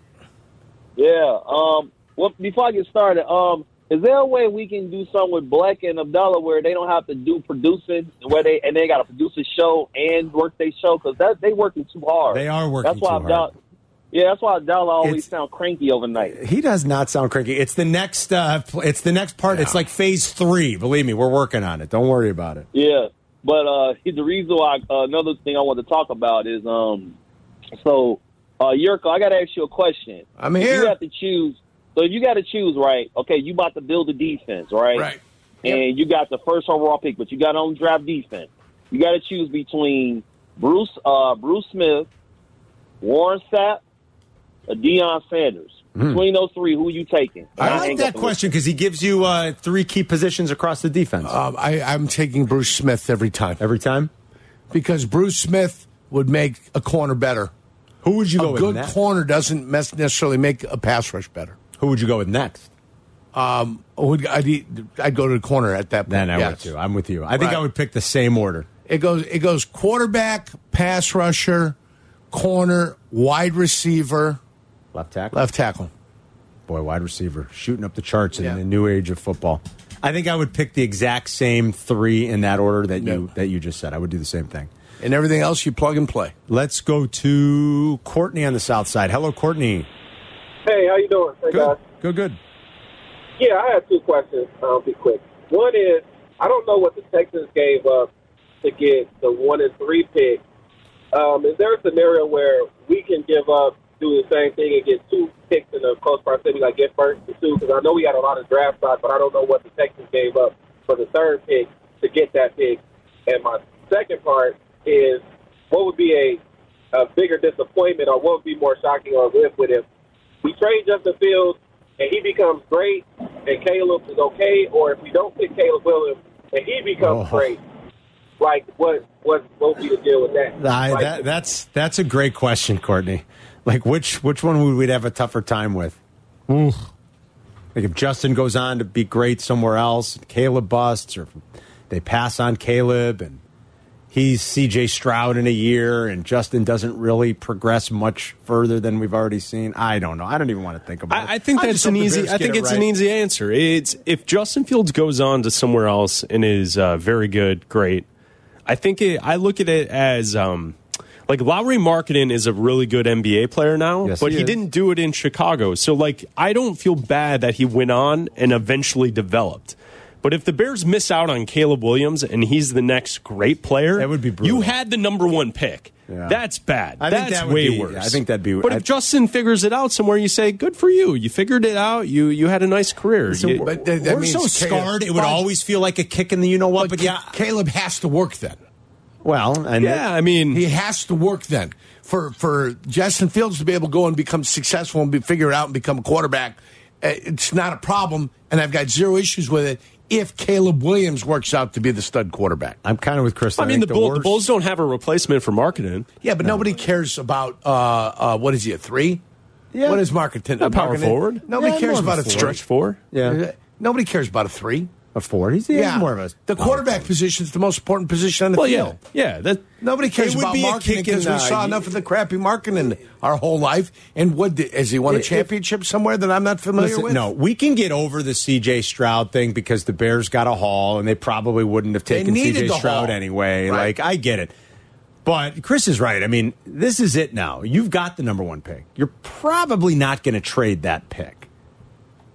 [SPEAKER 7] Yeah. Um. Well, before I get started, um, is there a way we can do something with Black and Abdullah where they don't have to do producing, where they and they got to produce a show and work their show because that they working too hard.
[SPEAKER 2] They are working
[SPEAKER 7] That's why
[SPEAKER 2] too
[SPEAKER 7] Abdullah.
[SPEAKER 2] hard.
[SPEAKER 7] Yeah, that's why Abdullah always
[SPEAKER 2] It's-
[SPEAKER 7] sound cranky overnight.
[SPEAKER 2] He does not sound cranky. It's the next. Uh, pl- it's the next part. It's like phase three. Believe me, we're working on it. Don't worry about it.
[SPEAKER 7] Yeah, but uh, the reason why uh, another thing I want to talk about is um, so uh, Yurko, I got to ask you a question.
[SPEAKER 3] I'm
[SPEAKER 7] If
[SPEAKER 3] here.
[SPEAKER 7] You have to choose. So if you got to choose, right? Okay, you about to build a defense, right?
[SPEAKER 3] Right.
[SPEAKER 7] And you got the first overall pick, but you got on draft defense. You got to choose between Bruce uh, Bruce Smith, Warren Sapp, or Deion Sanders. Between those three, who you taking?
[SPEAKER 2] Hmm. I,
[SPEAKER 7] And
[SPEAKER 2] like
[SPEAKER 7] ain't got
[SPEAKER 2] that
[SPEAKER 7] the-
[SPEAKER 2] question because he gives you uh, three key positions across the defense
[SPEAKER 3] Um, I, I'm taking Bruce Smith every time.
[SPEAKER 2] every time.
[SPEAKER 3] because Bruce Smith would make a corner better.
[SPEAKER 2] Who would you go
[SPEAKER 3] a
[SPEAKER 2] with
[SPEAKER 3] good
[SPEAKER 2] next?
[SPEAKER 3] corner doesn't mes- necessarily make a pass rush better.
[SPEAKER 2] Who would you go with next?
[SPEAKER 3] I Would, I'd, eat- I'd go to the corner at that point.
[SPEAKER 2] Then I would
[SPEAKER 3] yes.
[SPEAKER 2] too. I'm with you. I think
[SPEAKER 3] Right.
[SPEAKER 2] I would pick the same order.
[SPEAKER 3] It goes. It goes quarterback, pass rusher, corner, wide receiver,
[SPEAKER 2] Left tackle,
[SPEAKER 3] left tackle.
[SPEAKER 2] boy, wide receiver, shooting up the charts
[SPEAKER 3] Yeah.
[SPEAKER 2] in the new age of football. I think I would pick the exact same three in that order that you
[SPEAKER 3] Yeah.
[SPEAKER 2] that you just said. I would do the same thing.
[SPEAKER 3] And everything else you plug and play.
[SPEAKER 2] Let's go to Courtney on the south side. Hello, Courtney.
[SPEAKER 10] Hey, how you doing? Hey,
[SPEAKER 2] Good,
[SPEAKER 10] guys.
[SPEAKER 2] good, good.
[SPEAKER 10] Yeah, I have two questions. I'll be quick. One is,
[SPEAKER 7] I don't know what the Texans gave up to get the one and three pick. Um, is there a scenario where we can give up, do the same thing, and get two picks in a close proximity, like get first and two? Because I know we got a lot of draft spots, but I don't know what the Texans gave up for the third pick to get that pick. And my second part is, what would be a, a bigger disappointment, or what would be more shocking or if with if we trade Justin Fields and he becomes great, and Caleb is okay, or if we don't pick Caleb Williams and he becomes
[SPEAKER 2] Oh.
[SPEAKER 7] great? like what what what would be the deal with that?
[SPEAKER 2] I,
[SPEAKER 7] Like,
[SPEAKER 2] that, that's that's a great question, Courtney. Like which which one would we have a tougher time with? Like if Justin goes on to be great somewhere else, Caleb busts, or if they pass on Caleb and he's CJ Stroud in a year, and Justin doesn't really progress much further than we've already seen. I don't know. I don't even want to think about it.
[SPEAKER 5] I, I think
[SPEAKER 2] I just
[SPEAKER 5] that's an
[SPEAKER 2] hope the
[SPEAKER 5] easy.
[SPEAKER 2] Bears
[SPEAKER 5] I
[SPEAKER 2] get
[SPEAKER 5] think
[SPEAKER 2] it
[SPEAKER 5] it's an
[SPEAKER 2] right.
[SPEAKER 5] easy answer. It's if Justin Fields goes on to somewhere else and is uh, very good, great. I think it, I look at it as um, like Lowry Marketing is a really good NBA player now,
[SPEAKER 2] Yes,
[SPEAKER 5] but
[SPEAKER 2] he
[SPEAKER 5] he,
[SPEAKER 2] is.
[SPEAKER 5] didn't do it in Chicago. So like I don't feel bad that he went on and eventually developed. But if the Bears miss out on Caleb Williams and he's the next great player,
[SPEAKER 2] That would be brutal.
[SPEAKER 5] you had the number one pick.
[SPEAKER 2] Yeah.
[SPEAKER 5] That's bad.
[SPEAKER 2] I think
[SPEAKER 5] That's
[SPEAKER 2] that would
[SPEAKER 5] way
[SPEAKER 2] be-
[SPEAKER 5] worse.
[SPEAKER 2] I think that'd be-
[SPEAKER 5] But
[SPEAKER 2] I-
[SPEAKER 5] if Justin figures it out somewhere, you say, "Good for you. You figured it out. You you had a nice career." You-
[SPEAKER 3] but that- that
[SPEAKER 2] We're
[SPEAKER 3] means
[SPEAKER 2] so
[SPEAKER 3] Caleb-
[SPEAKER 2] scarred; it would
[SPEAKER 3] But-
[SPEAKER 2] always feel like a kick in the you know what. But, yeah,
[SPEAKER 3] Caleb has to work then.
[SPEAKER 2] well, and
[SPEAKER 5] yeah, I mean,
[SPEAKER 3] He has to work then for for Justin Fields to be able to go and become successful and be figure it out and become a quarterback. eh, It's not a problem, and I've got zero issues with it if Caleb Williams works out to be the stud quarterback.
[SPEAKER 2] I'm kind of with Chris.
[SPEAKER 5] I mean,
[SPEAKER 2] think
[SPEAKER 5] the, Bull, the
[SPEAKER 2] worst-
[SPEAKER 5] Bulls don't have a replacement for marketing.
[SPEAKER 3] Yeah, but nobody cares about uh, uh, what is he at three?
[SPEAKER 2] Yeah.
[SPEAKER 3] What is Marketing?
[SPEAKER 5] A power forward?
[SPEAKER 3] Nobody
[SPEAKER 2] Yeah,
[SPEAKER 3] cares
[SPEAKER 2] more of a
[SPEAKER 3] about a
[SPEAKER 2] forward.
[SPEAKER 3] three.
[SPEAKER 5] Stretch four.
[SPEAKER 2] Yeah,
[SPEAKER 3] Nobody cares about a three.
[SPEAKER 2] a four. He's, he's more of a
[SPEAKER 3] the quarterback position is the most important position on the
[SPEAKER 5] Well,
[SPEAKER 3] field.
[SPEAKER 5] yeah, yeah. That
[SPEAKER 3] Nobody cares
[SPEAKER 2] It would
[SPEAKER 3] about uh,
[SPEAKER 2] be a
[SPEAKER 3] marketing
[SPEAKER 2] kick in
[SPEAKER 3] because
[SPEAKER 2] the-
[SPEAKER 3] we saw enough of the crappy marketing our whole life. And what did- has he won a
[SPEAKER 2] If-
[SPEAKER 3] championship somewhere that I'm not familiar
[SPEAKER 2] Listen,
[SPEAKER 3] with?
[SPEAKER 2] no, we can get over the CJ Stroud thing because the Bears got a haul and they probably wouldn't have
[SPEAKER 3] They
[SPEAKER 2] taken
[SPEAKER 3] needed
[SPEAKER 2] CJ
[SPEAKER 3] the
[SPEAKER 2] Stroud
[SPEAKER 3] haul.
[SPEAKER 2] anyway.
[SPEAKER 3] Right.
[SPEAKER 2] Like, I get it. But Chris is right. I mean, this is it now. You've got the number one pick. You're probably not going to trade that pick.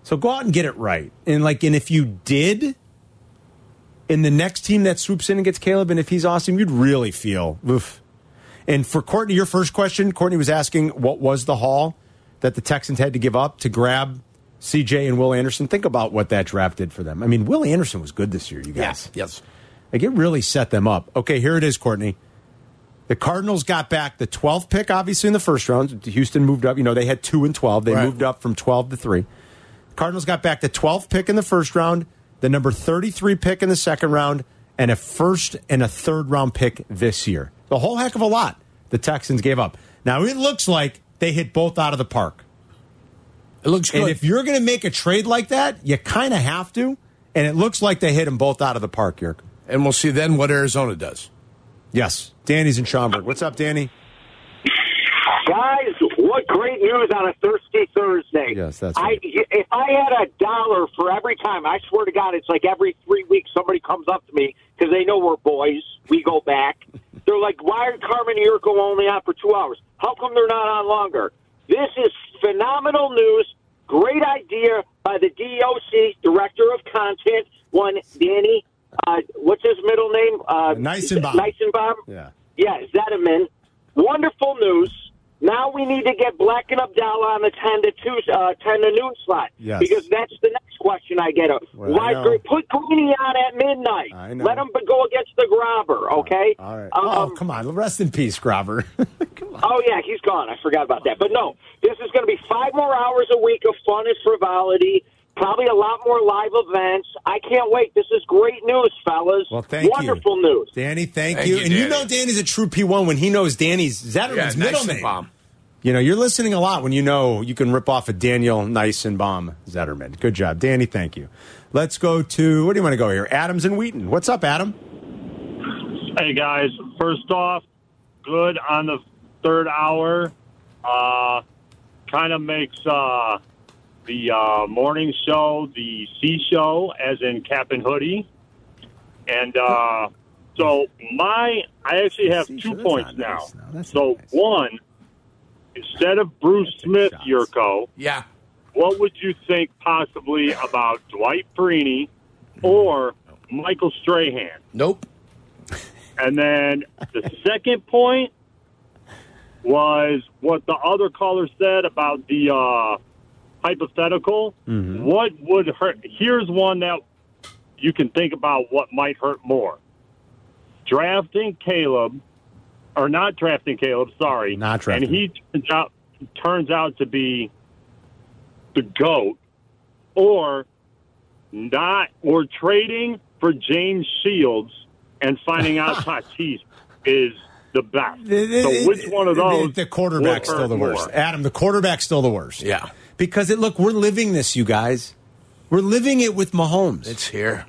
[SPEAKER 2] So go out and get it right. And like, and if you did, and the next team that swoops in and gets Caleb, and if he's awesome, you'd really feel oof. And for Courtney, your first question, Courtney was asking what was the haul that the Texans had to give up to grab CJ and Will Anderson. Think about what that draft did for them. I mean, Will Anderson was good this year, you
[SPEAKER 3] Yes,
[SPEAKER 2] guys.
[SPEAKER 3] yes.
[SPEAKER 2] Like it really set them up. Okay, here it is, Courtney. The Cardinals got back the 12th pick, obviously, in the first round. Houston moved up. You know, they had two and 12. They
[SPEAKER 3] Right.
[SPEAKER 2] moved up from 12 to 3. Cardinals got back the 12th pick in the first round, the number 33 pick in the second round, and a first and a third round pick this year. The whole heck of a lot the Texans gave up. Now, it looks like they hit both out of the park.
[SPEAKER 3] It looks good.
[SPEAKER 2] And if you're going to make a trade like that, you kind of have to. And it looks like they hit them both out of the park, Yerk.
[SPEAKER 3] and we'll see then what Arizona does.
[SPEAKER 2] Yes. Danny's in Schaumburg. What's up, Danny?
[SPEAKER 9] Guys, what great news on a thirsty Thursday.
[SPEAKER 2] Yes, that's
[SPEAKER 9] I,
[SPEAKER 2] right.
[SPEAKER 9] If I had a dollar for every time, I swear to God, it's like every three weeks somebody comes up to me because they know we're boys. We go back. They're like, why are Carmen and Yurko only on for two hours? How come they're not on longer? This is phenomenal news. Great idea by the DOC, Director of Content, one Danny. Uh, what's his middle name? Uh,
[SPEAKER 2] Nisenbaum.
[SPEAKER 9] Nisenbaum?
[SPEAKER 2] Yeah.
[SPEAKER 9] Yeah, Zetterman. Wonderful news. Now we need to get Black and Abdallah on the 10 to 2, uh, 10 to noon slot.
[SPEAKER 2] Yes.
[SPEAKER 9] Because that's the next question I get.
[SPEAKER 2] Well, I
[SPEAKER 9] Why
[SPEAKER 2] know.
[SPEAKER 9] Gre- put Greeny on at midnight?
[SPEAKER 2] I know.
[SPEAKER 9] Let him b- go against the grabber, okay?
[SPEAKER 2] All right.
[SPEAKER 9] Um,
[SPEAKER 2] oh, come on. Rest in peace, Grover. come on.
[SPEAKER 9] Oh yeah, he's gone. I forgot about that. But no, this is going to be five more hours a week of fun and frivolity. Probably a lot more live events. I can't wait. This is great news, fellas.
[SPEAKER 2] Well, thank
[SPEAKER 9] Wonderful
[SPEAKER 2] you.
[SPEAKER 9] news.
[SPEAKER 2] Danny, thank,
[SPEAKER 3] Thank
[SPEAKER 2] you.
[SPEAKER 3] you,
[SPEAKER 2] And you
[SPEAKER 3] Danny.
[SPEAKER 2] know Danny's a true P1 when he knows Danny's
[SPEAKER 3] Yeah,
[SPEAKER 2] Zetterman's middle
[SPEAKER 3] nice
[SPEAKER 2] name.
[SPEAKER 3] bomb.
[SPEAKER 2] You know, you're listening a lot when you know you can rip off a Daniel Nice and Bomb Zetterman. Good job, Danny. Thank you. Let's go to, where do you want to go here? Adams and Wheaton. What's up, Adam?
[SPEAKER 10] Hey guys, first off, good on the third hour. Uh, kind of makes uh, the uh, morning show the C show, as in Cap and Hoodie. And uh, so my, I actually have
[SPEAKER 2] C show,
[SPEAKER 10] two
[SPEAKER 2] that's
[SPEAKER 10] points
[SPEAKER 2] not
[SPEAKER 10] now.
[SPEAKER 2] nice. No, that's
[SPEAKER 10] so
[SPEAKER 2] not nice.
[SPEAKER 10] one, instead of Bruce
[SPEAKER 2] Take
[SPEAKER 10] Smith,
[SPEAKER 2] shots.
[SPEAKER 10] Yurko,
[SPEAKER 3] Yeah.
[SPEAKER 10] what would you think possibly about Dwight Freeney or Michael Strahan.
[SPEAKER 3] Nope.
[SPEAKER 10] And then the second point was what the other caller said about the uh, hypothetical. What would hurt? Here's one that you can think about what might hurt more drafting Caleb, or not drafting Caleb, sorry.
[SPEAKER 2] Not drafting.
[SPEAKER 10] And he turns out, turns out to be the GOAT, or not, or trading for James Shields and finding out Tatis is the best. so which one of those?
[SPEAKER 2] The, the quarterback's
[SPEAKER 10] will
[SPEAKER 2] still the
[SPEAKER 10] hurt
[SPEAKER 2] worst.
[SPEAKER 10] more?
[SPEAKER 2] Adam, the quarterback's still the worst.
[SPEAKER 3] Yeah.
[SPEAKER 2] Because it look, we're living this, you guys. We're living it with Mahomes.
[SPEAKER 3] It's here.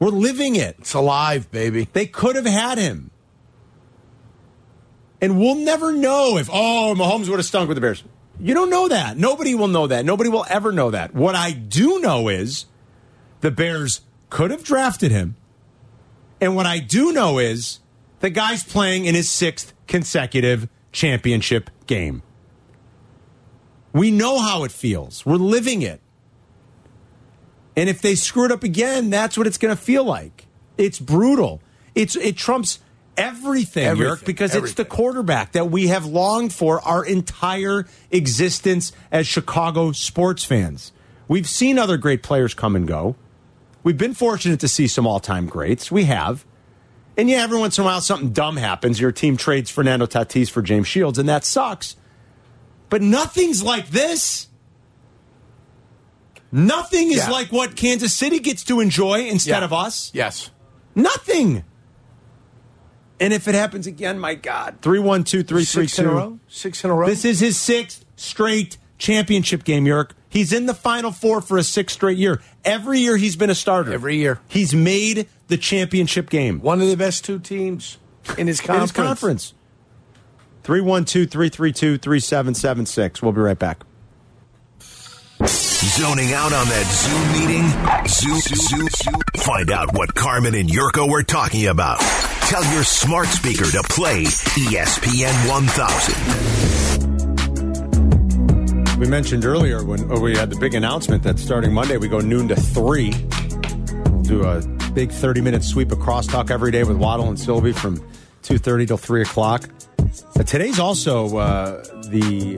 [SPEAKER 2] we're living it.
[SPEAKER 3] It's alive, baby.
[SPEAKER 2] They could have had him. And we'll never know if, oh, Mahomes would have stunk with the Bears. You don't know that. Nobody will know that. Nobody will ever know that. What I do know is the Bears could have drafted him. And what I do know is the guy's playing in his sixth consecutive championship game. We know how it feels, we're living it. And if they screw it up again, that's what it's going to feel like. It's brutal. It's it trumps everything,
[SPEAKER 3] Everything,
[SPEAKER 2] Yerk, because it's the
[SPEAKER 3] everything.
[SPEAKER 2] quarterback that we have longed for our entire existence as Chicago sports fans. We've seen other great players come and go. We've been fortunate to see some all-time greats. We have. And yeah, every once in a while something dumb happens. Your team trades Fernando Tatis for James Shields, and that sucks. But nothing's like this. Nothing is
[SPEAKER 3] Yeah.
[SPEAKER 2] like what Kansas City gets to enjoy instead
[SPEAKER 3] Yeah.
[SPEAKER 2] of us.
[SPEAKER 3] Yes.
[SPEAKER 2] Nothing. And if it happens again, my God. three one two three three two.
[SPEAKER 3] Six in a row? Six in a row?
[SPEAKER 2] This is his sixth straight championship game, York. He's in the final four for a sixth straight year. Every year he's been a starter.
[SPEAKER 3] Every year.
[SPEAKER 2] He's made the championship game.
[SPEAKER 3] one of the best two teams in his
[SPEAKER 2] In
[SPEAKER 3] conference.
[SPEAKER 2] his conference. 312 332 3776. We'll be right back.
[SPEAKER 6] Zoning out on that Zoom meeting? Zoo, zoo, zoo. Find out what Carmen and Yurko were talking about. Tell your smart speaker to play E ESPN 1000.
[SPEAKER 2] We mentioned earlier when oh, we had the big announcement that starting Monday we go noon to three. We'll do a big thirty-minute sweep of crosstalk every day with Waddle and Sylvie from two thirty till three o'clock. Uh, today's also uh, the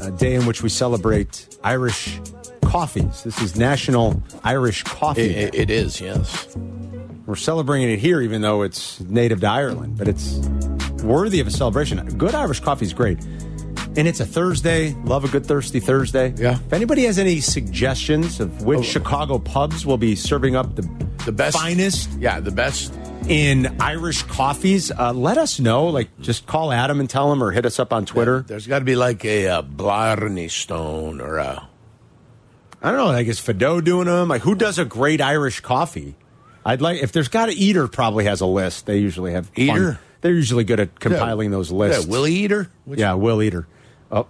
[SPEAKER 2] uh, day in which we celebrate Irish coffees. This is National Irish Coffee. Day.
[SPEAKER 3] it is, yes.
[SPEAKER 2] We're celebrating it here, even though it's native to Ireland, but it's worthy of a celebration. Good Irish coffee is great. And it's a Thursday. Love a good thirsty Thursday.
[SPEAKER 3] Yeah. Oh.
[SPEAKER 2] If anybody has any suggestions of which Chicago pubs will be serving up the,
[SPEAKER 3] The best.
[SPEAKER 2] finest
[SPEAKER 3] Yeah, the best.
[SPEAKER 2] in Irish coffees, uh, let us know. Like, just call Adam and tell him or hit us up on Twitter.
[SPEAKER 3] There's got to be like a, uh Blarney Stone or a.
[SPEAKER 2] I don't know. Like, is Fido doing them? Like, who does a great Irish coffee? I'd like if there's got to Eater probably has a list. They usually have fun-
[SPEAKER 3] Eater?
[SPEAKER 2] They're usually good at compiling those lists.
[SPEAKER 3] Yeah, Willie Eater? Which-
[SPEAKER 2] yeah, Will Eater. Oh,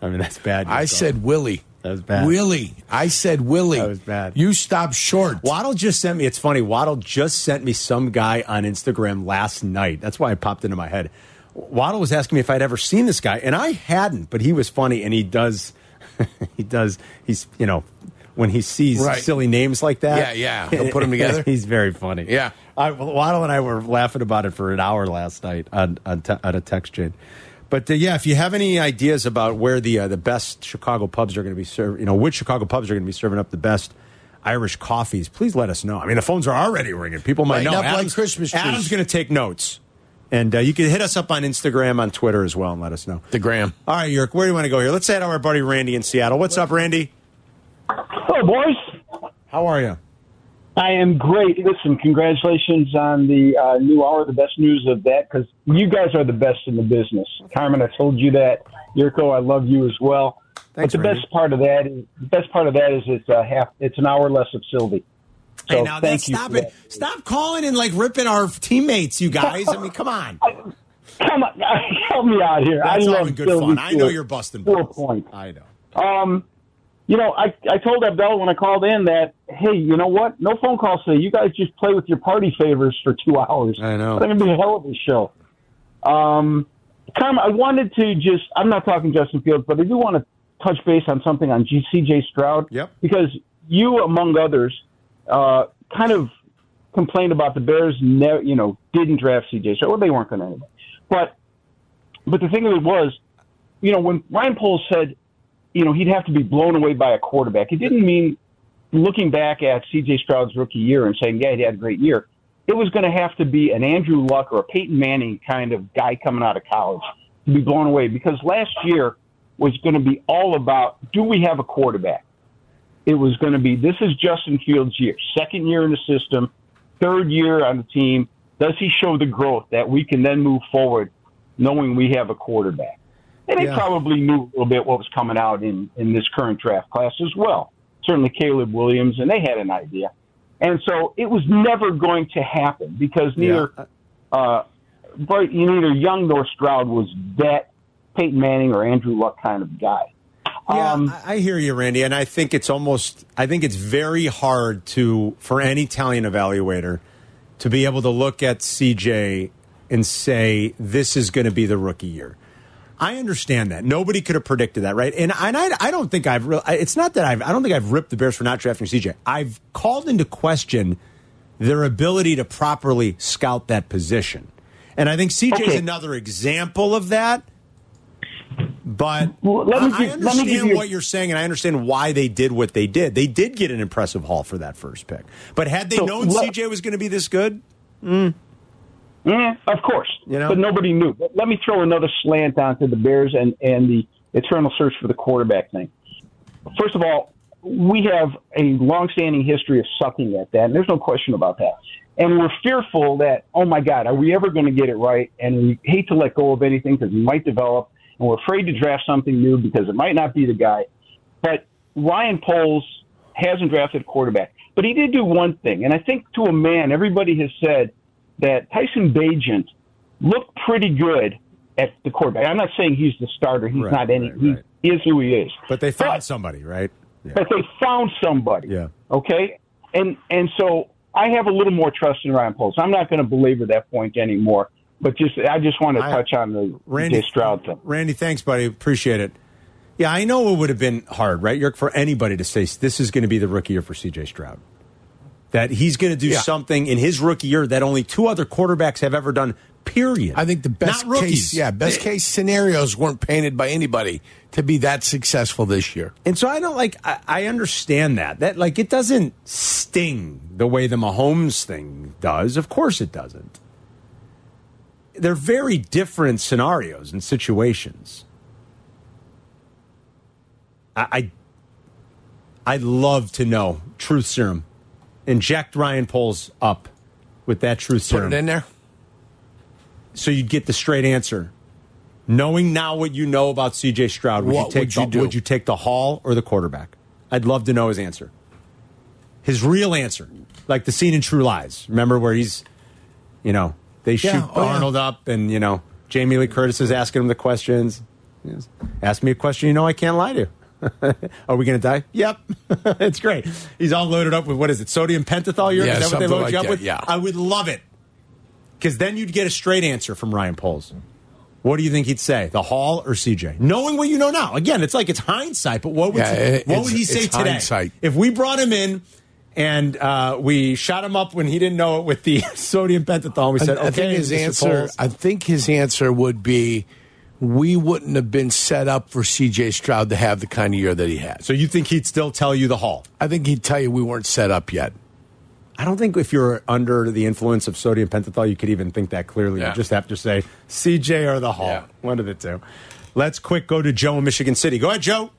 [SPEAKER 2] I mean that's bad.
[SPEAKER 3] I said Willie.
[SPEAKER 2] That was bad.
[SPEAKER 3] Willie. I said Willie.
[SPEAKER 2] That was bad.
[SPEAKER 3] You stopped short.
[SPEAKER 2] Waddle just sent me. It's funny. Waddle just sent me some guy on Instagram last night. That's why it popped into my head. Waddle was asking me if I'd ever seen this guy, and I hadn't. But he was funny, and he does, he does. He's you know, when he sees
[SPEAKER 3] Right.
[SPEAKER 2] silly names like that,
[SPEAKER 3] Yeah, yeah. He'll put 'em together.
[SPEAKER 2] he's very funny.
[SPEAKER 3] Yeah.
[SPEAKER 2] I, Waddle and I were laughing about it for an hour last night on on, te- on a text chain. But uh, yeah, if you have any ideas about where the uh, the best Chicago pubs are going to be serving, you know which Chicago pubs are going to be serving up the best Irish coffees, please let us know. I mean, the phones are already ringing. People might
[SPEAKER 3] Right,
[SPEAKER 2] know.
[SPEAKER 3] up like Christmas trees.
[SPEAKER 2] Adam's going to take notes, and uh, you can hit us up on Instagram, on Twitter as well, and let us know.
[SPEAKER 3] The Graham.
[SPEAKER 2] All right, York, where do you want to go here? Let's head to our buddy Randy in Seattle. What's up, Randy?
[SPEAKER 11] Hello, boys.
[SPEAKER 2] How are you?
[SPEAKER 11] I am great. Listen, congratulations on the uh, new hour. The best news of that because you guys are the best in the business. Carmen, I told you that. Yurko, I love you as well.
[SPEAKER 2] Thanks,
[SPEAKER 11] but the
[SPEAKER 2] Randy.
[SPEAKER 11] best part of that is the best part of that is it's a half. It's an hour less of Sylvie. So
[SPEAKER 2] hey, now
[SPEAKER 11] thank
[SPEAKER 2] that,
[SPEAKER 11] you.
[SPEAKER 2] stop
[SPEAKER 11] for
[SPEAKER 2] it! Stop calling and like ripping our teammates, you guys. I mean, come on.
[SPEAKER 11] that. Come on, help me out here.
[SPEAKER 2] That's
[SPEAKER 11] I
[SPEAKER 2] all
[SPEAKER 11] love
[SPEAKER 2] in good
[SPEAKER 11] Sylvie
[SPEAKER 2] fun. I
[SPEAKER 11] to
[SPEAKER 2] know
[SPEAKER 11] a
[SPEAKER 2] you're busting
[SPEAKER 11] Four
[SPEAKER 2] balls.
[SPEAKER 11] points.
[SPEAKER 2] I know.
[SPEAKER 11] Um, you know, I, I told Abdel when I called in that, hey, you know what? No phone calls today. You guys just play with your party favors for two hours.
[SPEAKER 2] I know.
[SPEAKER 11] It's going to be a hell of a show. Um, Carm, I wanted to just, I'm not talking Justin Fields, but I do want to touch base on something on CJ Stroud.
[SPEAKER 2] Yep.
[SPEAKER 11] Because you, among others, uh, kind of complained about the Bears, ne- you know, didn't draft CJ Stroud. Well, they weren't going to anyway. But but the thing of it was, you know, when Ryan Poles said, you know, he'd have to be blown away by a quarterback, it didn't mean looking back at CJ Stroud's rookie year and saying, yeah, he had a great year. It was going to have to be an Andrew Luck or a Peyton Manning kind of guy coming out of college to be blown away because last year was going to be all about do we have a quarterback? It was going to be this is Justin Fields' year, second year in the system, third year on the team. Does he show the growth that we can then move forward knowing we have a quarterback? And they
[SPEAKER 12] Yeah.
[SPEAKER 11] probably knew a little bit what was coming out in, in this current draft class as well. Certainly Caleb Williams, and they had an idea. And so it was never going to happen because neither uh, Bright, neither Young nor Stroud was that Peyton Manning or Andrew Luck kind of guy.
[SPEAKER 2] Yeah, I I hear you, Randy, and I think it's almost I think it's very hard to for any Italian evaluator to be able to look at CJ and say this is going to be the rookie year. I understand that nobody could have predicted that, right? And and I, I don't think I've real. I- It's not that I've I don't think I've ripped the Bears for not drafting CJ. I've called into question their ability to properly scout that position, and I think CJ is
[SPEAKER 12] Okay.
[SPEAKER 2] another example of that. But
[SPEAKER 12] let me
[SPEAKER 2] I- I
[SPEAKER 12] give- let me give
[SPEAKER 2] understand
[SPEAKER 12] you-
[SPEAKER 2] what you're saying, and I understand why they did what they did. They did get an impressive haul for that first pick. But had they
[SPEAKER 11] So
[SPEAKER 2] known
[SPEAKER 11] let-
[SPEAKER 2] CJ was going to be this good,
[SPEAKER 11] Yeah, Mm, of course.
[SPEAKER 2] Mm. You know?
[SPEAKER 11] But nobody knew. But let me throw another slant onto the Bears and, and the eternal search for the quarterback thing. First of all, we have a longstanding history of sucking at that, and there's no question about that. And we're fearful that, oh my God, are we ever going to get it right? And we hate to let go of anything because we might develop, and we're afraid to draft something new because it might not be the guy. But Ryan Poles hasn't drafted a quarterback. But he did do one thing, and I think to a man, everybody has said that Tyson Bajent looked pretty good at the quarterback. I'm not saying he's the starter; he's
[SPEAKER 2] Right,
[SPEAKER 11] not any. He is who he is.
[SPEAKER 2] but they found somebody, right?
[SPEAKER 11] But they found somebody.
[SPEAKER 2] Yeah.
[SPEAKER 11] Okay. And and so I have a little more trust in Ryan Poles. I'm not going to belabor that point anymore. But just I just want to
[SPEAKER 2] I-
[SPEAKER 11] touch on the
[SPEAKER 2] Randy
[SPEAKER 11] Randy Stroud thing.
[SPEAKER 2] Randy, thanks, buddy. Appreciate it. Yeah, I know it would have been hard, right, Yerk, for anybody to say this is going to be the rookie year for CJ Stroud. That he's going to do
[SPEAKER 3] Yeah.
[SPEAKER 2] something in his rookie year that only two other quarterbacks have ever done. Period. I think the
[SPEAKER 3] Best
[SPEAKER 2] Not rookies. Eh,
[SPEAKER 3] case, yeah, best case scenarios weren't painted by anybody to be that successful this year.
[SPEAKER 2] And so I don't like. I, I understand that. That like it doesn't sting the way the Mahomes thing does. Of course it doesn't. They're very different scenarios and situations. I, I I'd love to know truth serum. Inject Ryan Poles up with that truth serum.
[SPEAKER 3] Put it in there.
[SPEAKER 2] So you'd get the straight answer. Knowing now what you know about CJ Stroud, would you
[SPEAKER 3] What
[SPEAKER 2] take
[SPEAKER 3] would you
[SPEAKER 2] the,
[SPEAKER 3] do?
[SPEAKER 2] would you take the hall or the quarterback? I'd love to know his answer. His real answer. Like the scene in True Lies. Remember where he's you know, they shoot
[SPEAKER 3] oh, yeah.
[SPEAKER 2] Arnold up and you know, Jamie Lee Curtis is asking him the questions. He goes, Ask me a question you know I can't lie to. Are we going to die? Yep. it's great. He's all loaded up with what is it? Sodium pentothal urine?
[SPEAKER 3] Yeah,
[SPEAKER 2] is that what they
[SPEAKER 3] something
[SPEAKER 2] load
[SPEAKER 3] like
[SPEAKER 2] you up
[SPEAKER 3] that,
[SPEAKER 2] with?
[SPEAKER 3] yeah.
[SPEAKER 2] I would love it. Because then you'd get a straight answer from Ryan Poles. What do you think he'd say? The Hall or CJ? Knowing what you know now. Again, it's like it's hindsight, but what would,
[SPEAKER 3] Yeah, it-
[SPEAKER 2] what would
[SPEAKER 3] it's-
[SPEAKER 2] he say
[SPEAKER 3] it's
[SPEAKER 2] today?
[SPEAKER 3] hindsight.
[SPEAKER 2] If we brought him in and uh, we shot him up when he didn't know it with the sodium pentothal, we said,
[SPEAKER 3] I, I
[SPEAKER 2] okay,
[SPEAKER 3] think his
[SPEAKER 2] Mr.
[SPEAKER 3] answer.
[SPEAKER 2] Poles.
[SPEAKER 3] I think his answer would be, we wouldn't have been set up for C.J. Stroud to have the kind of year that he had.
[SPEAKER 2] So you think he'd still tell you the Hall?
[SPEAKER 3] I think he'd tell you we weren't set up yet.
[SPEAKER 2] I don't think if you're under the influence of sodium pentothal, you could even think that clearly.
[SPEAKER 3] Yeah.
[SPEAKER 2] You just have to say CJ or the Hall. One of the two. Let's quick go to Joe in Michigan City. Go ahead, Joe.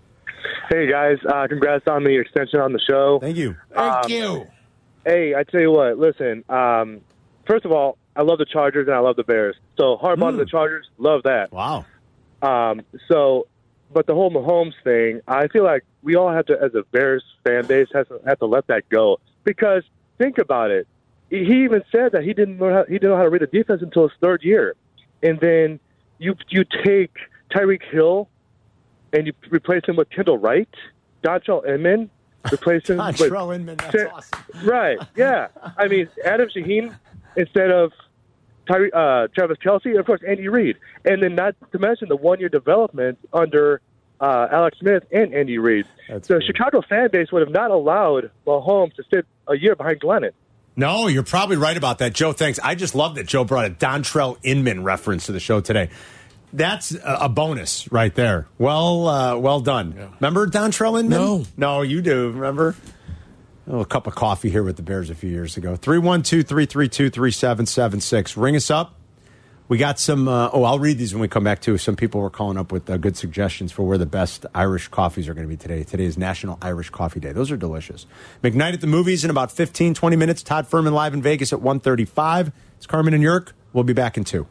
[SPEAKER 13] Hey guys, uh, congrats on the extension on the show.
[SPEAKER 2] Thank you.
[SPEAKER 13] Thank you. Um, Hey, I tell you what. Listen, um, first of all, I love the Chargers and I love the Bears. So Harbaugh to the Chargers, love that.
[SPEAKER 2] Mm. Wow.
[SPEAKER 13] Um, so, but the whole Mahomes thing, I feel like we all have to, as a Bears fan base, has to, have to let that go because think about it. He even said that he didn't know how, he didn't know how to read a defense until his third year, and then you you take Tyreek Hill and you replace him with Kendall Wright, Dontrell Inman, replace him with
[SPEAKER 2] Dontrell Inman. That's awesome.
[SPEAKER 13] Right? Yeah. I mean, Adam Shaheen instead of Tyre, uh, Travis Kelsey, and of course Andy Reid, and then not to mention the one-year development under uh, Alex Smith and Andy Reid. the Chicago fan base would have not allowed Mahomes to sit a year behind Glennon.
[SPEAKER 2] No, you're probably right about that, Joe. Thanks. I just love that Joe brought a Dontrell Inman reference to the show today. That's a a bonus right there. Well, uh, well done. Remember Dontrell Inman? No, no, you do. Remember? A little cup of coffee here with the Bears a few years ago. 312 332 3776. Ring us up. We got some. Uh, oh, I'll read these when we come back, too. Some people were calling up with uh, good suggestions for where the best Irish coffees are going to be today. Today is National Irish Coffee Day. Those are delicious. McKnight at the movies in about 15, 20 minutes. Todd Furman live in Vegas at 135. It's Carmen and Yerk. We'll be back in two.